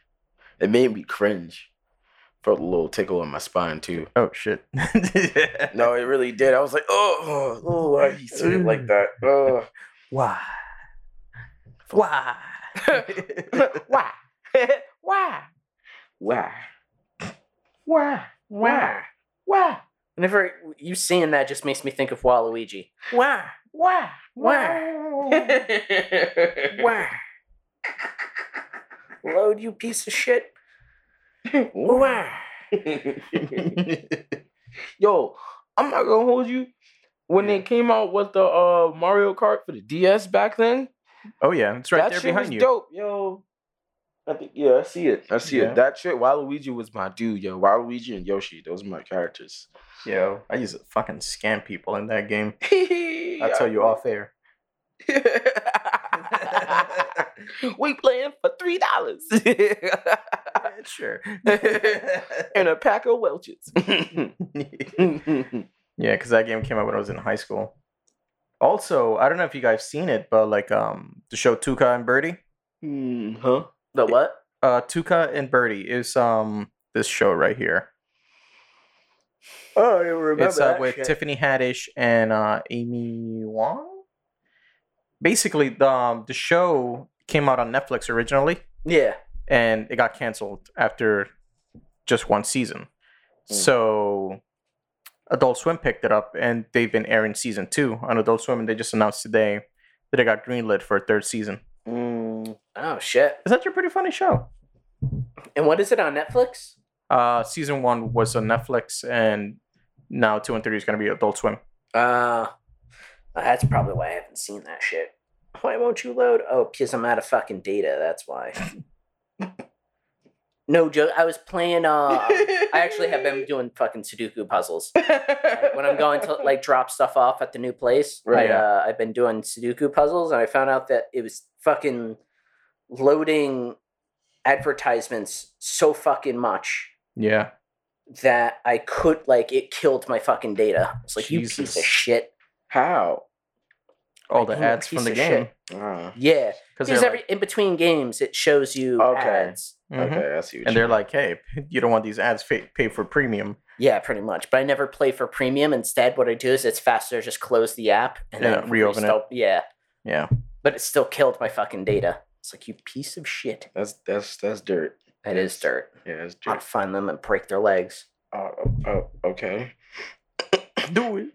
Speaker 3: It made me cringe. Felt a little tickle in my spine too.
Speaker 1: Oh shit.
Speaker 3: No, it really did. I was like, oh, oh, oh why he said it like that? Oh.
Speaker 1: Why? Why?
Speaker 3: why? why? Why? Why? Why? Why?
Speaker 2: Whenever you seeing that just makes me think of Waluigi.
Speaker 3: Why? Why?
Speaker 2: Why? Why? Load, you piece of shit. Why?
Speaker 3: Yo, I'm not gonna hold you. When they came out with the uh, Mario Kart for the DS back then,
Speaker 1: oh yeah, it's right
Speaker 3: that
Speaker 1: there
Speaker 3: shit
Speaker 1: behind
Speaker 3: was
Speaker 1: you.
Speaker 3: dope, yo. I think yeah, I see it. I see
Speaker 1: Yeah.
Speaker 3: it. That shit, Waluigi was my dude, yo. Waluigi and Yoshi, those are my characters.
Speaker 1: Yo, I used to fucking scam people in that game.
Speaker 3: I'll
Speaker 1: I'll tell you off air.
Speaker 3: we playing for three dollars
Speaker 1: sure.
Speaker 3: and a pack of Welches. Hmm,
Speaker 1: Yeah, because that game came out when I was in high school. Also, I don't know if you guys seen it, but like um the show Tuca and Birdie.
Speaker 3: Hmm, huh?
Speaker 2: The what?
Speaker 1: Uh Tuca and Birdie is um this show right here.
Speaker 2: Oh, I remember
Speaker 1: it's uh, with Tiffany Haddish and uh Amy Wong. Basically, the um, the show came out on Netflix originally
Speaker 2: yeah.
Speaker 1: and it got canceled after just one season.
Speaker 2: Hmm.
Speaker 3: Mm.
Speaker 1: So Adult Swim picked it up and they've been airing season two on Adult Swim and they just announced today that it got greenlit for a third season.
Speaker 3: Mm,
Speaker 2: Oh, shit.
Speaker 1: It's actually a pretty funny show.
Speaker 2: And what is it on Netflix?
Speaker 1: Uh, season one was on Netflix and No, two and three is gonna be Adult Swim.
Speaker 2: Uh, that's probably why I haven't seen that shit. Why won't you load? Oh, because I'm out of fucking data. That's why. no joke. I was playing. Uh, I actually have been doing fucking Sudoku puzzles. Like, when I'm going to like drop stuff off at the new place,
Speaker 1: Right.
Speaker 2: I, uh, I've been doing Sudoku puzzles, and I found out that it was fucking loading advertisements so fucking much
Speaker 1: Yeah.
Speaker 2: that I could like it killed my fucking data. It's like you piece
Speaker 1: Jesus.
Speaker 2: of shit.
Speaker 3: How?
Speaker 1: All the
Speaker 2: Like, you
Speaker 1: ads from
Speaker 2: piece
Speaker 1: the
Speaker 2: of
Speaker 1: game.
Speaker 2: shit.
Speaker 3: Uh,
Speaker 2: Yeah,
Speaker 1: Because
Speaker 2: because every in between games it shows you
Speaker 3: Okay.
Speaker 2: ads.
Speaker 1: Mhm.
Speaker 3: Okay, I see. What
Speaker 1: and
Speaker 3: you
Speaker 1: they're like, hey, you don't want these ads pay, pay for premium.
Speaker 2: Yeah, pretty much. But I never play for premium. Instead, what I do is it's faster. Just close the app and
Speaker 1: Yeah,
Speaker 2: then
Speaker 1: reopen it.
Speaker 2: restart- Yeah,
Speaker 1: Yeah.
Speaker 2: but it still killed my fucking data. It's like you piece of shit.
Speaker 3: That's that's that's dirt.
Speaker 2: That is dirt.
Speaker 3: Yeah, that's
Speaker 2: I'll
Speaker 3: dirt.
Speaker 2: find them and break their legs.
Speaker 3: Oh, oh, oh, okay. Do it.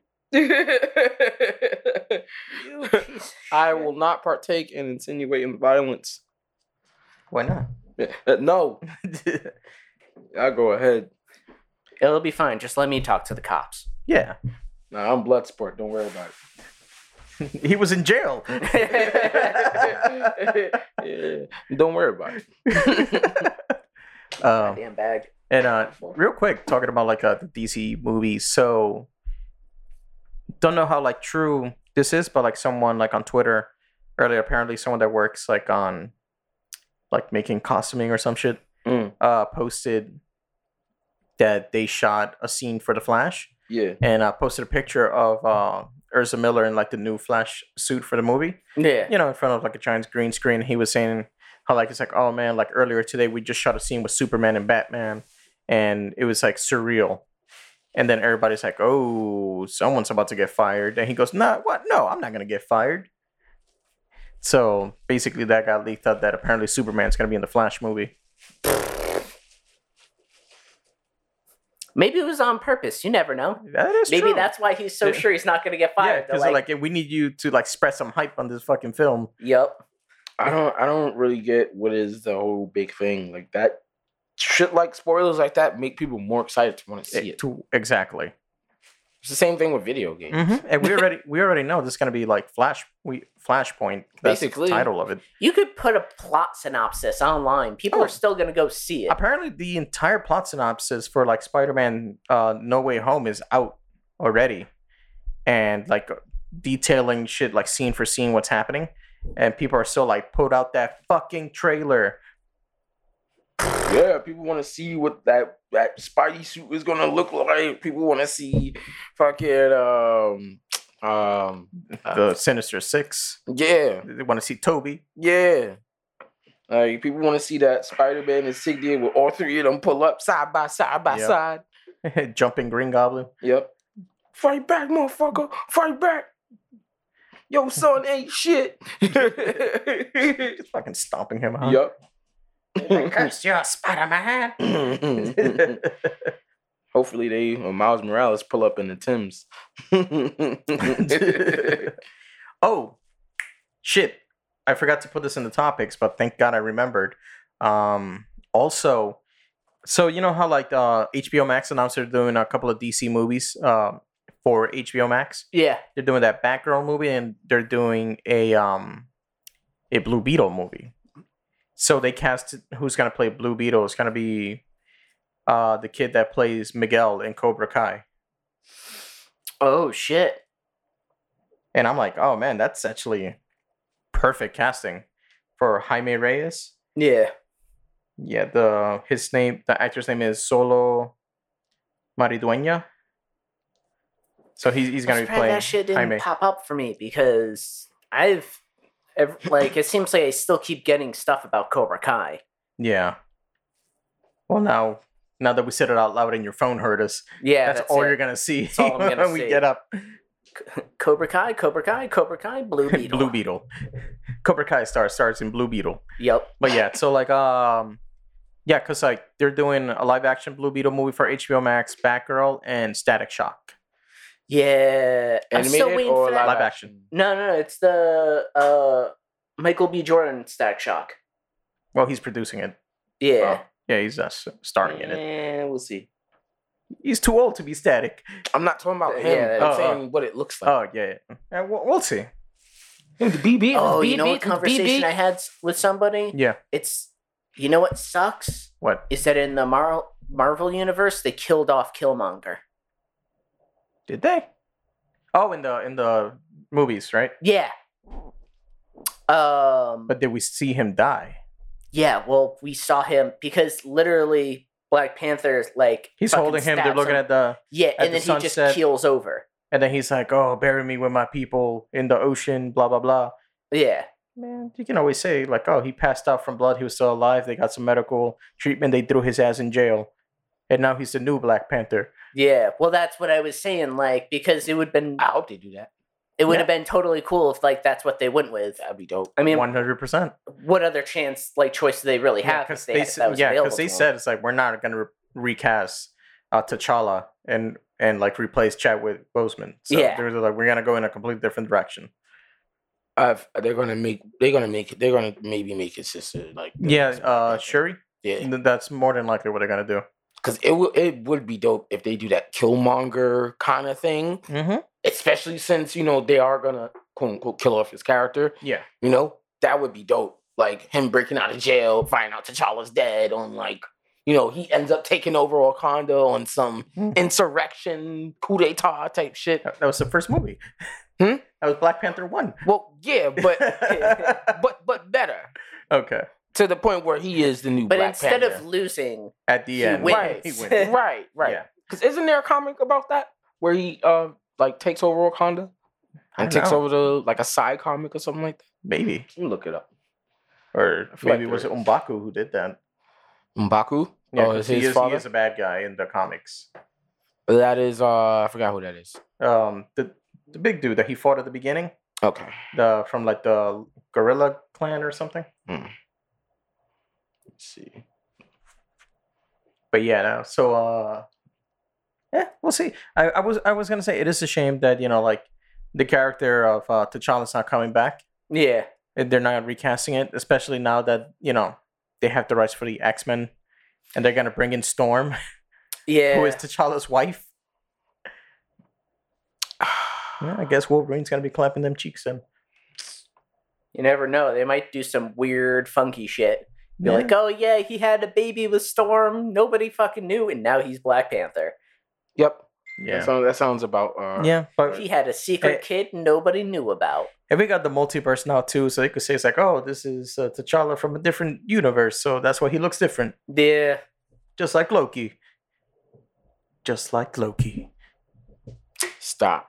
Speaker 2: You piece of
Speaker 3: I
Speaker 2: shit.
Speaker 3: will not partake in insinuating violence.
Speaker 1: Why not?
Speaker 3: Uh, No, I'll go ahead.
Speaker 2: It'll be fine. Just let me talk to the cops.
Speaker 1: yeah.
Speaker 3: Nah, I'm blood sport. Don't worry about
Speaker 1: He was in jail. Oh.
Speaker 3: it. yeah, don't worry about it.
Speaker 1: um,
Speaker 2: Damn bag.
Speaker 1: and uh, real quick, talking about like uh, the DC movies. So, don't know how like true this is, but like someone like on Twitter earlier, apparently someone that works like on like making costuming or some shit,
Speaker 3: Mm.
Speaker 1: uh, posted that they shot a scene for the Flash
Speaker 3: Yeah,
Speaker 1: and uh, posted a picture of uh, Urza Miller in like the new Flash suit for the movie.
Speaker 2: Yeah.
Speaker 1: you know, in front of like a giant green screen. He was saying how like it's like, oh man, like earlier today we just shot a scene with Superman and Batman, and it was like surreal. And then everybody's like, oh, someone's about to get fired. And he goes, no, what? No, I'm not gonna get fired. So basically, that got leaked out that apparently Superman's gonna be in the Flash movie.
Speaker 2: Maybe it was on purpose. You never know.
Speaker 1: That is
Speaker 2: Maybe
Speaker 1: true.
Speaker 2: that's why he's so
Speaker 1: Yeah.
Speaker 2: sure he's not going to get
Speaker 1: yeah,
Speaker 2: fired. They're
Speaker 1: because
Speaker 2: like,
Speaker 1: like, we need you to like spread some hype on this fucking film.
Speaker 2: yep.
Speaker 3: I don't. I don't really get what is the whole big thing like that. Shit like spoilers like that make people more excited to want to see it.
Speaker 1: Eh, To- exactly.
Speaker 3: It's the same thing with video games.
Speaker 1: Mhm. And we already we already know this is gonna be like Flash we Flashpoint. That's
Speaker 3: Basically.
Speaker 1: the title of it.
Speaker 2: You could put a plot synopsis online. People
Speaker 1: Oh.
Speaker 2: are still going to go see it.
Speaker 1: Apparently, the entire plot synopsis for like Spider-Man: uh, No Way Home is out already, and like detailing shit like scene for scene what's happening, and people are still like, "Put out that fucking trailer."
Speaker 3: Yeah, people want to see what that that Spidey suit is gonna look like. People want to see fucking um um
Speaker 1: The Sinister Six.
Speaker 3: yeah
Speaker 1: They want to see Toby.
Speaker 3: yeah. Like people want to see that Spider Man insignia with all three of them pull up side by side by
Speaker 1: Yep.
Speaker 3: side.
Speaker 1: jumping Green Goblin.
Speaker 3: Yep. Fight back, motherfucker! Fight back. Yo, son ain't shit. yep.
Speaker 1: Just fucking stomping him out. Curse you, Spider-Man.
Speaker 3: Hopefully they or Miles Morales pull up in the Tims.
Speaker 1: oh, shit. I forgot to put this in the topics, but thank God I remembered. Um, also, so you know how like uh, HBO Max announced they're doing a couple of DC movies uh, for HBO Max.
Speaker 2: yeah.
Speaker 1: They're doing that Batgirl movie and they're doing a um, a Blue Beetle movie. So they cast who's gonna play Blue Beetle. It's gonna be uh, the kid that plays Miguel in Cobra Kai.
Speaker 2: Oh, shit.
Speaker 1: And I'm like, oh man, that's actually perfect casting for Jaime Reyes.
Speaker 2: Yeah.
Speaker 1: Yeah, the his name, the actor's name is Solo Maridueña. So he's he's gonna
Speaker 2: I'm
Speaker 1: be
Speaker 2: surprised
Speaker 1: playing
Speaker 2: That shit didn't
Speaker 1: Jaime.
Speaker 2: pop up for me because I've, ev like, it seems like I still keep getting stuff about Cobra Kai.
Speaker 1: Yeah. Well, now now that we said it out loud and your phone heard us,
Speaker 2: Yeah,
Speaker 1: that's,
Speaker 2: that's,
Speaker 1: all
Speaker 2: it.
Speaker 1: you're gonna see
Speaker 2: That's all I'm gonna
Speaker 1: when we
Speaker 2: see.
Speaker 1: get up.
Speaker 2: Cobra Kai, Cobra Kai, Cobra Kai, Blue Beetle.
Speaker 1: Blue Beetle, Cobra Kai star starts in Blue Beetle.
Speaker 2: Yep.
Speaker 1: But yeah, so like um yeah, cuz like they're doing a live action Blue Beetle movie for HBO Max, Batgirl and Static Shock.
Speaker 2: Yeah. I'm still
Speaker 3: Animated
Speaker 2: waiting for
Speaker 3: or
Speaker 2: that.
Speaker 1: Live
Speaker 2: No, no, no. It's the uh, Michael B. Jordan Stack Shock.
Speaker 1: Well, he's producing it.
Speaker 2: Yeah.
Speaker 1: Yeah, he's uh, s- starring in it.
Speaker 3: Yeah, we'll see.
Speaker 1: He's too old to be static.
Speaker 3: I'm not talking about
Speaker 2: Yeah,
Speaker 3: him.
Speaker 2: that-
Speaker 3: I'm
Speaker 1: oh,
Speaker 3: saying what it looks like.
Speaker 1: Oh yeah, yeah. yeah we'll, we'll see.
Speaker 3: It was BB. it was
Speaker 2: Oh, you know
Speaker 3: BB,
Speaker 2: what
Speaker 3: it was
Speaker 2: conversation
Speaker 3: BB.
Speaker 2: I had s- with somebody?
Speaker 1: Yeah.
Speaker 2: It's you know what sucks
Speaker 1: What?
Speaker 2: is that in the Mar- Marvel universe they killed off Killmonger.
Speaker 1: Did they? Oh, in the in the movies, right?
Speaker 2: Yeah. Um.
Speaker 1: But did we see him die?
Speaker 2: yeah. Well, we saw him because literally Black Panther's like
Speaker 1: He's
Speaker 2: fucking
Speaker 1: holding him. They're
Speaker 2: stabs
Speaker 1: looking
Speaker 2: him.
Speaker 1: at the,
Speaker 2: yeah,
Speaker 1: at
Speaker 2: and
Speaker 1: the
Speaker 2: then he
Speaker 1: sunset.
Speaker 2: just keels over.
Speaker 1: and then he's like, "Oh, bury me with my people in the ocean." Blah blah blah.
Speaker 2: Yeah.
Speaker 1: Man, you can always say like, "Oh, he passed out from blood. He was still alive. They got some medical treatment. They threw his ass in jail, and now he's the new Black Panther."
Speaker 2: Yeah. Well, that's what I was saying. Like because it would been
Speaker 1: Uh,
Speaker 3: I hope they do that.
Speaker 2: it would have been totally cool if like that's what they went with.
Speaker 3: That'd be dope.
Speaker 2: I mean,
Speaker 1: One hundred percent.
Speaker 2: what other chance like choice do they really have?
Speaker 1: because
Speaker 2: if
Speaker 1: they,
Speaker 2: had-
Speaker 1: s-
Speaker 2: that was
Speaker 1: yeah, 'cause
Speaker 2: available
Speaker 1: they
Speaker 2: to 'em?
Speaker 1: said it's like we're not gonna re- recast uh, T'Challa and and like replace Chadwick Boseman. So
Speaker 2: Yeah.
Speaker 1: they're like we're gonna go in a completely different direction.
Speaker 3: I've, they're gonna make. They're gonna make. They're gonna maybe make his sister like. the
Speaker 1: Yeah,
Speaker 3: next
Speaker 1: uh,
Speaker 3: Black Panther.
Speaker 1: Shuri.
Speaker 3: Yeah,
Speaker 1: th- That's more than likely what they're gonna do.
Speaker 3: because it would it would be dope if they do that Killmonger kind of thing,
Speaker 1: Mm-hmm.
Speaker 3: especially since you know they are gonna quote unquote kill off his character.
Speaker 1: Yeah.
Speaker 3: You know, that would be dope. Like him breaking out of jail, finding out T'Challa's dead on like, you know, he ends up taking over Wakanda on some
Speaker 1: Mm.
Speaker 3: insurrection, coup d'etat type shit.
Speaker 1: That that was the first movie.
Speaker 3: Hmm?
Speaker 1: That was Black Panther one.
Speaker 3: Well, yeah, but but but better.
Speaker 1: okay.
Speaker 3: To the point where he is the new
Speaker 2: But
Speaker 3: Black
Speaker 2: instead
Speaker 3: Panther.
Speaker 2: of losing,
Speaker 1: At the
Speaker 2: He
Speaker 1: end,
Speaker 2: wins.
Speaker 1: he wins.
Speaker 2: Right.
Speaker 3: right, right.
Speaker 1: Yeah.
Speaker 3: Because isn't there a comic about that where he uh, like takes over Wakanda
Speaker 1: I don't
Speaker 3: and takes
Speaker 1: know.
Speaker 3: over the like a side comic or something like that?
Speaker 1: Maybe
Speaker 3: Let me look it up.
Speaker 1: or
Speaker 3: I feel like
Speaker 1: maybe it was
Speaker 3: there is.
Speaker 1: Umbaku who did that.
Speaker 3: Mbaku.
Speaker 1: Yeah,
Speaker 3: oh,
Speaker 1: 'cause
Speaker 3: is
Speaker 1: he
Speaker 3: his
Speaker 1: is
Speaker 3: father?
Speaker 1: he is a bad guy in the comics.
Speaker 3: that is uh, I forgot who that is.
Speaker 1: Um, the the big dude that he fought at the beginning.
Speaker 3: Okay.
Speaker 1: the from like the gorilla clan or something.
Speaker 3: Let's see.
Speaker 1: But yeah, no, so uh, yeah, we'll see. I, I was I was gonna say it is a shame that you know like the character of uh, T'Challa's not coming back.
Speaker 2: yeah,
Speaker 1: and They're not recasting it, especially now that you know they have the rights for the X Men, and they're gonna bring in Storm,
Speaker 2: yeah,
Speaker 1: who is T'Challa's wife. Yeah, I guess Wolverine's gonna be clapping them cheeks in.
Speaker 2: you never know. They might do some weird, funky shit. Be
Speaker 1: Yeah.
Speaker 2: like, oh yeah, he had a baby with Storm. Nobody fucking knew, and now he's Black Panther.
Speaker 3: Yep. That,
Speaker 1: yeah,
Speaker 3: sounds, that sounds about. Uh,
Speaker 1: yeah. But
Speaker 2: He had a secret kid nobody knew about.
Speaker 1: And we got the multiverse now too, so they could say it's like, oh, this is uh, T'Challa from a different universe, so that's why he looks different,
Speaker 2: Yeah,
Speaker 1: just like Loki. Just like Loki.
Speaker 3: Stop.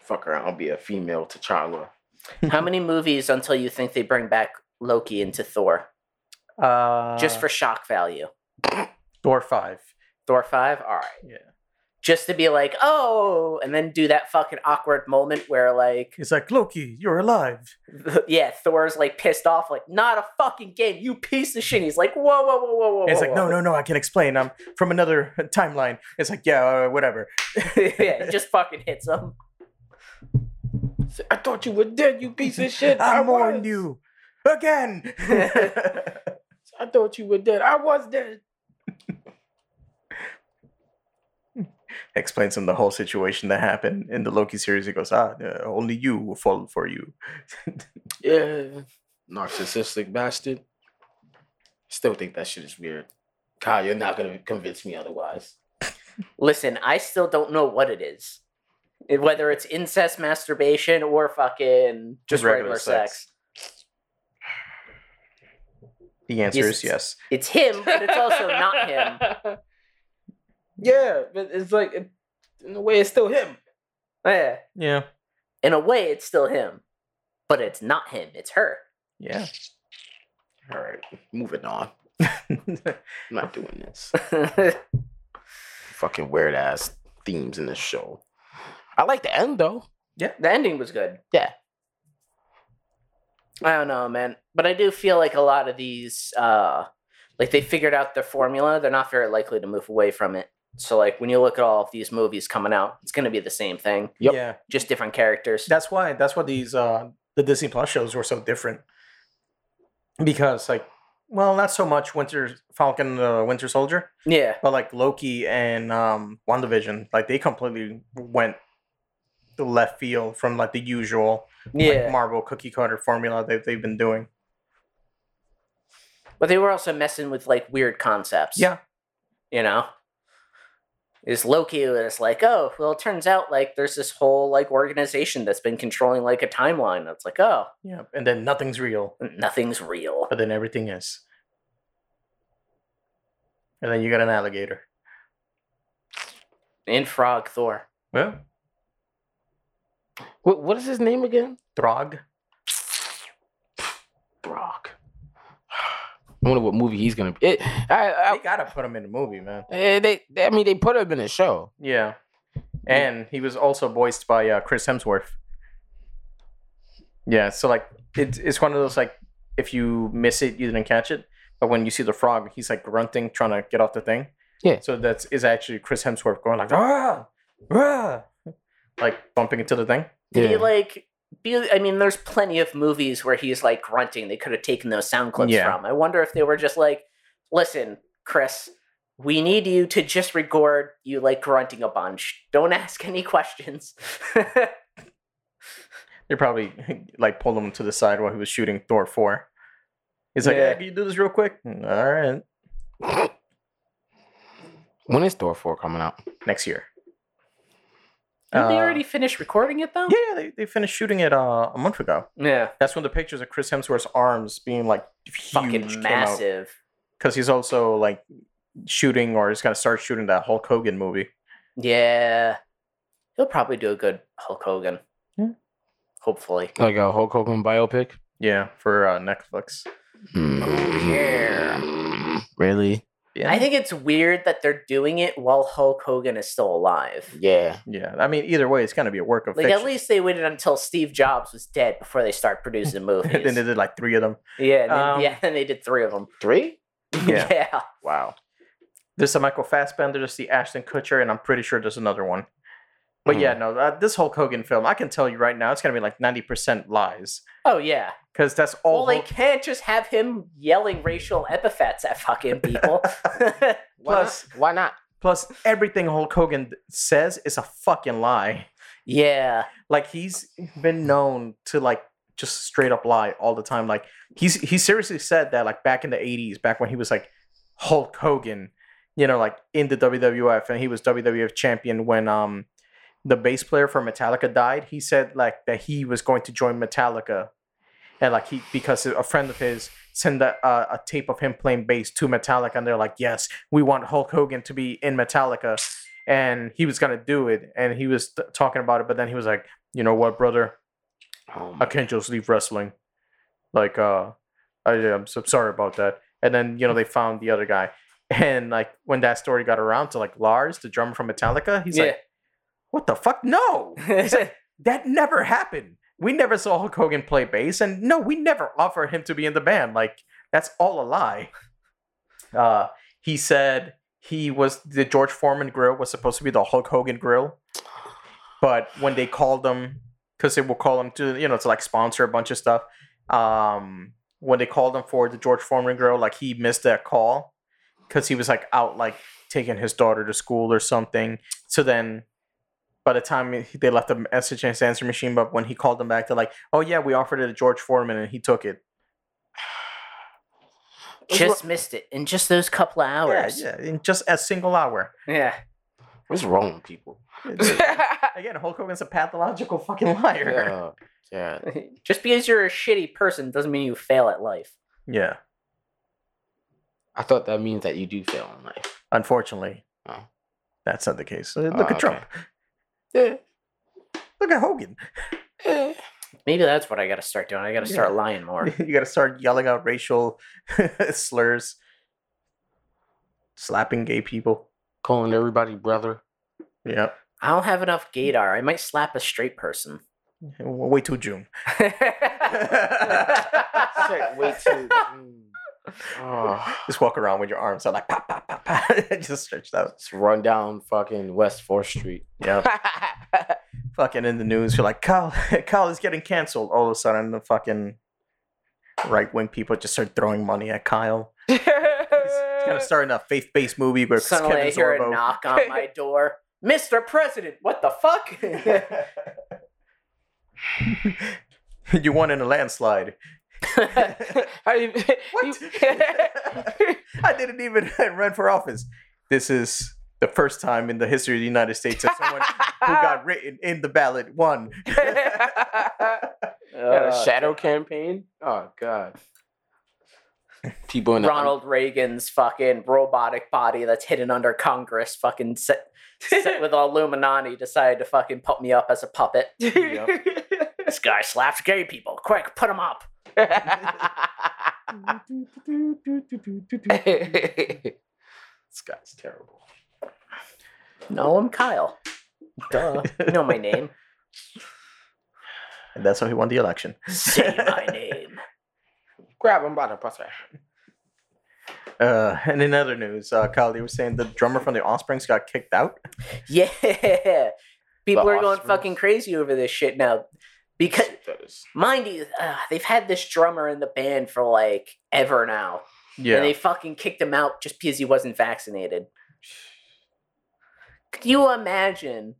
Speaker 3: Fuck around. I'll be a female T'Challa.
Speaker 2: how many movies until you think they bring back Loki into Thor
Speaker 1: Uh,
Speaker 2: just for shock value?
Speaker 1: Thor five.
Speaker 2: Thor five, all right.
Speaker 1: Yeah,
Speaker 2: Just to be like, oh, and then do that fucking awkward moment where like,
Speaker 1: he's like Loki, you're alive.
Speaker 2: yeah, Thor's like pissed off, like not a fucking game, you piece of shit. He's like, whoa, whoa, whoa, whoa, whoa.
Speaker 1: And it's
Speaker 2: whoa,
Speaker 1: like,
Speaker 2: whoa.
Speaker 1: no, no, no, I can explain. I'm from another timeline. It's like, yeah, uh, whatever.
Speaker 2: yeah, it just fucking hits him.
Speaker 3: Say, I thought you were dead, you piece of shit.
Speaker 1: I,
Speaker 3: was.
Speaker 1: warned you again.
Speaker 3: I thought you were dead. I was dead.
Speaker 1: Explains him the whole situation that happened in the Loki series. He goes, ah, uh, only you will fall for you.
Speaker 3: Yeah. Narcissistic bastard. Still think that shit is weird. Kyle, you're not gonna convince me otherwise.
Speaker 2: Listen, I still don't know what it is. It- Whether it's incest masturbation or fucking just regular,
Speaker 1: Regular
Speaker 2: sex.
Speaker 1: sex. The answer
Speaker 2: Yes,
Speaker 1: is yes.
Speaker 2: It's him, but it's also not him.
Speaker 3: Yeah, but it's like it, in a way it's still him.
Speaker 2: Yeah.
Speaker 1: Yeah.
Speaker 2: In a way, it's still him, but it's not him, it's her.
Speaker 1: Yeah.
Speaker 3: Alright, moving on. I'm not doing this. Fucking weird ass themes in this show. I like the end though.
Speaker 2: The ending was good.
Speaker 3: Yeah.
Speaker 2: I don't know, man. But I do feel like a lot of these uh like they figured out their formula. They're not very likely to move away from it. So like when you look at all of these movies coming out, it's gonna be the same thing.
Speaker 3: Yep.
Speaker 1: Yeah.
Speaker 2: Just different characters.
Speaker 1: That's why that's why these uh the Disney Plus shows were so different. Because like well, not so much Winter Falcon, uh, Winter Soldier,
Speaker 2: Yeah.
Speaker 1: but like Loki and um, WandaVision, like they completely went the left field from like the usual
Speaker 2: Yeah.
Speaker 1: like, Marvel cookie cutter formula that they've been doing.
Speaker 2: but they were also messing with like weird concepts.
Speaker 1: Yeah.
Speaker 2: You know? Is Loki was like, oh, well, it turns out like there's this whole like organization that's been controlling like a timeline. That's like, oh,
Speaker 1: Yeah, and then nothing's real,
Speaker 2: nothing's real.
Speaker 1: but then everything is. And then you got an alligator.
Speaker 2: In Frog Thor.
Speaker 1: Yeah.
Speaker 3: What, what is his name again?
Speaker 1: Throg.
Speaker 3: Brock. I wonder what movie he's gonna be. It, I,
Speaker 1: They gotta put him in a movie, man.
Speaker 3: I, eh, they, they, I mean, they put him in a show.
Speaker 1: Yeah. And he was also voiced by uh, Chris Hemsworth. Yeah, so like it's it's one of those like if you miss it, you didn't catch it. But when you see the frog, he's like grunting, trying to get off the thing.
Speaker 3: Yeah.
Speaker 1: So that's is actually Chris Hemsworth going like ah, ah, like bumping into the thing.
Speaker 2: Did he like be I mean, there's plenty of movies where he's like grunting. They could have taken those sound clips
Speaker 1: Yeah.
Speaker 2: from. I wonder if they were just like, listen, Chris, we need you to just record you like grunting a bunch. Don't ask any questions.
Speaker 1: They probably like pulled him to the side while he was shooting Thor four. He's like,
Speaker 2: Yeah.
Speaker 1: "Hey, can you do this real quick? Mm, All right,
Speaker 3: when is Thor four coming out?
Speaker 1: next year.
Speaker 2: Didn't
Speaker 1: Uh,
Speaker 2: they already finish recording it though?
Speaker 1: Yeah, yeah, they, they finished shooting it uh, a month ago.
Speaker 2: Yeah.
Speaker 1: That's when the pictures of Chris Hemsworth's arms being like huge
Speaker 2: Fucking massive.
Speaker 1: because he's also like shooting or he's gonna start shooting that Hulk Hogan movie.
Speaker 2: Yeah. He'll probably do a good Hulk Hogan.
Speaker 1: Yeah.
Speaker 2: Hopefully.
Speaker 3: Like a Hulk Hogan biopic?
Speaker 1: Yeah, for uh, Netflix.
Speaker 3: Mm, Yeah. Really?
Speaker 1: Yeah,
Speaker 2: I think it's weird that they're doing it while Hulk Hogan is still alive.
Speaker 3: Yeah.
Speaker 1: Yeah, I mean, either way, it's gonna be a work of
Speaker 2: Like
Speaker 1: fiction.
Speaker 2: at least they waited until Steve Jobs was dead before they start producing movies.
Speaker 1: then they did like three of them.
Speaker 2: yeah, and then,
Speaker 1: Um,
Speaker 2: yeah, then they did three of them.
Speaker 3: Three?
Speaker 1: Yeah.
Speaker 3: Wow.
Speaker 1: There's the Michael Fassbender, there's the Ashton Kutcher, and I'm pretty sure there's another one. But yeah, no, uh, this Hulk Hogan film, I can tell you right now, it's gonna be like 90% lies
Speaker 2: Oh yeah.
Speaker 1: because that's
Speaker 2: Well,
Speaker 1: all.
Speaker 2: they
Speaker 1: Hulk-
Speaker 2: can't just have him yelling racial epithets at fucking people.
Speaker 1: Plus-
Speaker 3: why not?
Speaker 1: plus, everything Hulk Hogan says is a fucking lie.
Speaker 2: yeah.
Speaker 1: like he's been known to like just straight up lie all the time like he's he seriously said that like back in the 80s back when he was like hulk hogan you know like in the wwf and he was wwf champion when um the bass player for metallica died he said like that he was going to join metallica and like he because a friend of his sent a, uh, a tape of him playing bass to metallica and they're like yes we want hulk hogan to be in metallica and he was gonna do it and he was t- talking about it but then he was like you know what brother
Speaker 3: Oh my-
Speaker 1: i can't just leave wrestling like uh I, i'm so sorry about that and then you know they found the other guy and like when that story got around to like lars the drummer from metallica he's like what the fuck no
Speaker 2: yeah.
Speaker 1: that never happened we never saw hulk hogan play bass and no we never offered him to be in the band like that's all a lie uh he said he was the george foreman grill was supposed to be the hulk hogan grill but when they called them because they will call them to you know to like sponsor a bunch of stuff um when they called him for the george foreman grill like he missed that call because he was like out like taking his daughter to school or something so then by the time he- they left the message in his answer machine but when he called them back they're like oh yeah we offered it to george foreman and he took it
Speaker 2: just missed it in just those couple of
Speaker 3: Oh,
Speaker 2: hours.
Speaker 1: yeah, yeah in just a single hour
Speaker 2: yeah.
Speaker 3: What's wrong with people?
Speaker 1: again hulk hogan's a pathological fucking liar
Speaker 3: yeah. Uh, yeah.
Speaker 2: Just because you're a shitty person doesn't mean you fail at life.
Speaker 1: yeah
Speaker 3: I thought that means that you do fail in life.
Speaker 1: unfortunately
Speaker 3: Oh.
Speaker 1: that's not the case look
Speaker 3: Oh,
Speaker 1: at
Speaker 3: okay.
Speaker 1: trump
Speaker 3: Yeah.
Speaker 1: look at hogan
Speaker 3: yeah.
Speaker 2: Maybe that's what I got to start doing. I got to
Speaker 1: Yeah.
Speaker 2: start lying more.
Speaker 1: you gotta start yelling out racial slurs, slapping gay people.
Speaker 3: Calling everybody brother.
Speaker 1: Yeah,
Speaker 2: I don't have enough gaydar. I might slap a straight person.
Speaker 1: wait till June.
Speaker 3: Shit, wait till- mm. Oh,
Speaker 1: Just walk around with your arms out like pop, pop, pop, pop. Just stretched out.
Speaker 3: let's run down fucking West 4th Street.
Speaker 1: Yeah, fucking in the news. You're like, Kyle, Kyle is getting canceled. All of a sudden, the fucking right wing people just start throwing money at Kyle. He's gonna
Speaker 3: It's
Speaker 1: start in a faith based movie where
Speaker 2: Suddenly I
Speaker 1: Kevin
Speaker 2: hear
Speaker 1: Sorbo.
Speaker 2: a knock on my door. Mr. President, what the fuck?
Speaker 1: you won in a landslide. What? I didn't even run for office. This is the first time in the history of the United States that someone who got written in the ballot won.
Speaker 3: Got a
Speaker 2: Uh,
Speaker 3: shadow campaign? Oh god. People in the
Speaker 2: Ronald Reagan's fucking robotic body that's hidden under Congress, fucking set, set with Illuminati, decided to fucking put me up as a puppet. This guy slaps gay people. Quick, put him up.
Speaker 3: this guy's terrible.
Speaker 2: No, I'm Kyle. Duh. You know my name.
Speaker 1: And that's how he won the election.
Speaker 2: Say my name.
Speaker 3: Grab him by the pussy.
Speaker 1: Uh, and in other news, uh, Kyle, you were saying the drummer from the Offsprings got kicked out.
Speaker 2: Yeah. People
Speaker 3: The
Speaker 2: are going
Speaker 3: Offsprings.
Speaker 2: fucking crazy over this shit now. Because,
Speaker 3: That is.
Speaker 2: mind you, uh, they've had this drummer in the band for like ever now.
Speaker 1: Yeah,
Speaker 2: And they fucking kicked him out just because he wasn't vaccinated. Could you imagine?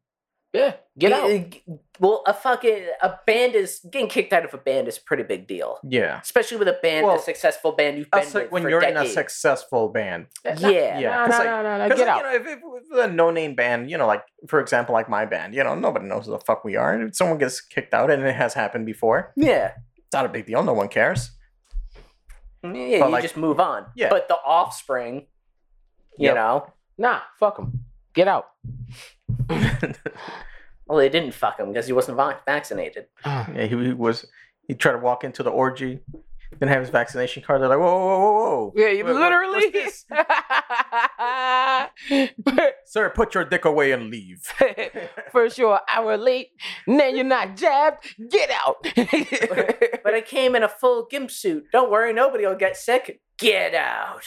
Speaker 3: Yeah, get out.
Speaker 2: Uh, Well, a fucking a band is getting kicked out of a band is a pretty big deal,
Speaker 1: yeah.
Speaker 2: especially with a band,
Speaker 1: Well,
Speaker 2: a successful band you've been
Speaker 1: That's like
Speaker 2: with
Speaker 1: when
Speaker 2: for
Speaker 1: you're in a
Speaker 2: decades.
Speaker 1: successful band.
Speaker 2: yeah.
Speaker 1: Yeah.
Speaker 3: Nah,
Speaker 1: 'cause
Speaker 3: nah,
Speaker 1: like-
Speaker 3: nah, nah, nah,
Speaker 1: 'Cause,
Speaker 3: get
Speaker 1: like,
Speaker 3: out.
Speaker 1: You know, if, if it's a no-name band, you know, like for example, like my band, you know, nobody knows who the fuck we are. And if someone gets kicked out, and it has happened before,
Speaker 2: yeah,
Speaker 1: it's not a big deal. No one cares.
Speaker 2: yeah.
Speaker 1: But
Speaker 2: you
Speaker 1: like-
Speaker 2: just move on.
Speaker 1: Yeah.
Speaker 2: But the offspring, you
Speaker 1: Yep.
Speaker 2: know,
Speaker 3: Nah, fuck him. Get out.
Speaker 2: well, they didn't fuck him because he wasn't va- vaccinated.
Speaker 1: Yeah, he, he was. He tried to walk into the orgy, didn't have his vaccination card. They're like, whoa, whoa, whoa, whoa, whoa.
Speaker 3: Yeah, you
Speaker 1: What- what-
Speaker 3: literally.
Speaker 1: what's this? Sir, put your dick away and leave.
Speaker 3: First you're an hour late, now you're not jabbed. Get out.
Speaker 2: But I came in a full gimp suit. Don't worry, nobody will get sick. Get out.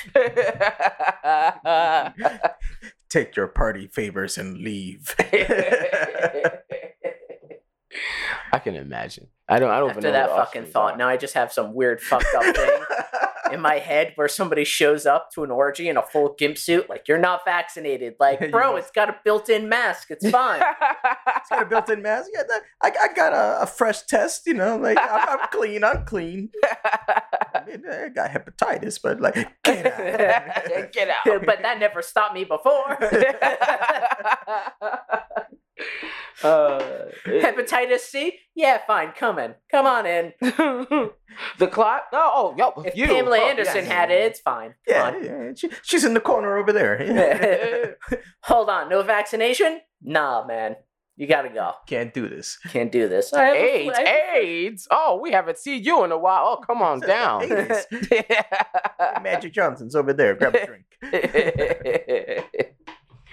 Speaker 1: Take your party favors and leave.
Speaker 3: I can imagine. I don't. I don't. even
Speaker 2: After
Speaker 3: know
Speaker 2: that
Speaker 3: what
Speaker 2: fucking
Speaker 3: Offsprings
Speaker 2: thought,
Speaker 3: are.
Speaker 2: now I just have some weird fucked up thing. in my head where somebody shows up to an orgy in a full gimp suit, like you're not vaccinated.
Speaker 1: You
Speaker 2: Like, bro,
Speaker 1: must-
Speaker 2: it's got a built-in mask. It's fine.
Speaker 1: It's got a built-in mask. Yeah, that- I, I got a, a fresh test. You know, like I'm, I'm clean. I'm clean. I, mean, I got hepatitis, but like, get out.
Speaker 3: Get out.
Speaker 2: but that never stopped me before.
Speaker 3: Uh,
Speaker 2: Hepatitis C? Yeah, fine. Come in. Come on in.
Speaker 3: Uh, the clock? Oh, oh, yo,
Speaker 2: If
Speaker 3: you.
Speaker 2: Pamela
Speaker 3: Oh,
Speaker 2: Anderson
Speaker 3: yes.
Speaker 2: had it, it's fine.
Speaker 1: yeah,
Speaker 2: Come
Speaker 1: yeah, she- she's in the corner over there. Yeah.
Speaker 2: on. Hold on. No vaccination? Nah, man. You gotta go.
Speaker 1: Can't do this.
Speaker 2: Can't do this.
Speaker 3: AIDS, AIDS. Oh, we haven't seen you in a while. Oh, come on down.
Speaker 1: AIDS. Magic Johnson's over there. Grab a drink.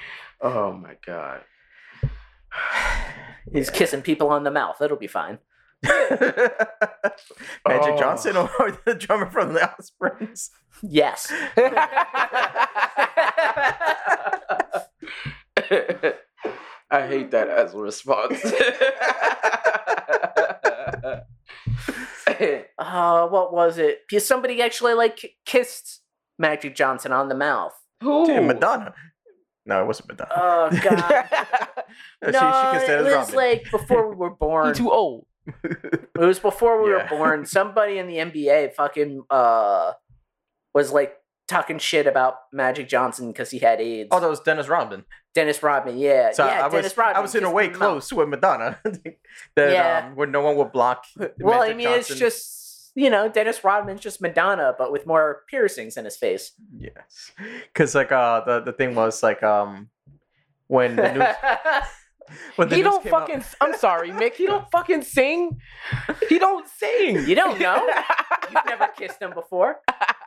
Speaker 3: oh my god.
Speaker 2: He's kissing people on the mouth. It'll be fine.
Speaker 1: Magic
Speaker 3: Oh.
Speaker 1: Johnson or the drummer from the Offsprings.
Speaker 2: Yes.
Speaker 3: I hate that as a response.
Speaker 2: uh, what was it? Because somebody actually like kissed Magic Johnson on the mouth.
Speaker 3: Who?
Speaker 1: Dude, Madonna. No, it wasn't Madonna.
Speaker 2: Oh god.
Speaker 1: No, Oh, she,
Speaker 2: no,
Speaker 1: she kissed
Speaker 2: it
Speaker 1: Dennis
Speaker 2: was
Speaker 1: Rodman.
Speaker 2: like before we were
Speaker 3: You
Speaker 2: born.
Speaker 3: too old.
Speaker 2: it was before we
Speaker 1: Yeah.
Speaker 2: were born. Somebody in the NBA fucking uh was like talking shit about Magic Johnson because he had AIDS.
Speaker 1: Oh, that was Dennis Rodman.
Speaker 2: Dennis Rodman, yeah,
Speaker 1: So
Speaker 2: Uh, yeah,
Speaker 1: I was,
Speaker 2: Dennis Rodman.
Speaker 1: I was in a
Speaker 2: kissed
Speaker 1: way
Speaker 2: him in the mouth.
Speaker 1: close with Madonna, that
Speaker 2: Yeah.
Speaker 1: um, where no one would block.
Speaker 2: Well, I
Speaker 1: Magic
Speaker 2: mean,
Speaker 1: Johnson.
Speaker 2: it's just you know Dennis Rodman's just Madonna, but with more piercings in his face.
Speaker 1: yes, because like uh, the the thing was like um, when the news when the
Speaker 3: He
Speaker 1: news
Speaker 3: don't
Speaker 1: came out-
Speaker 3: fucking. I'm sorry, Mick. He don't fucking sing. He don't sing.
Speaker 2: you don't know. You've never kissed him before.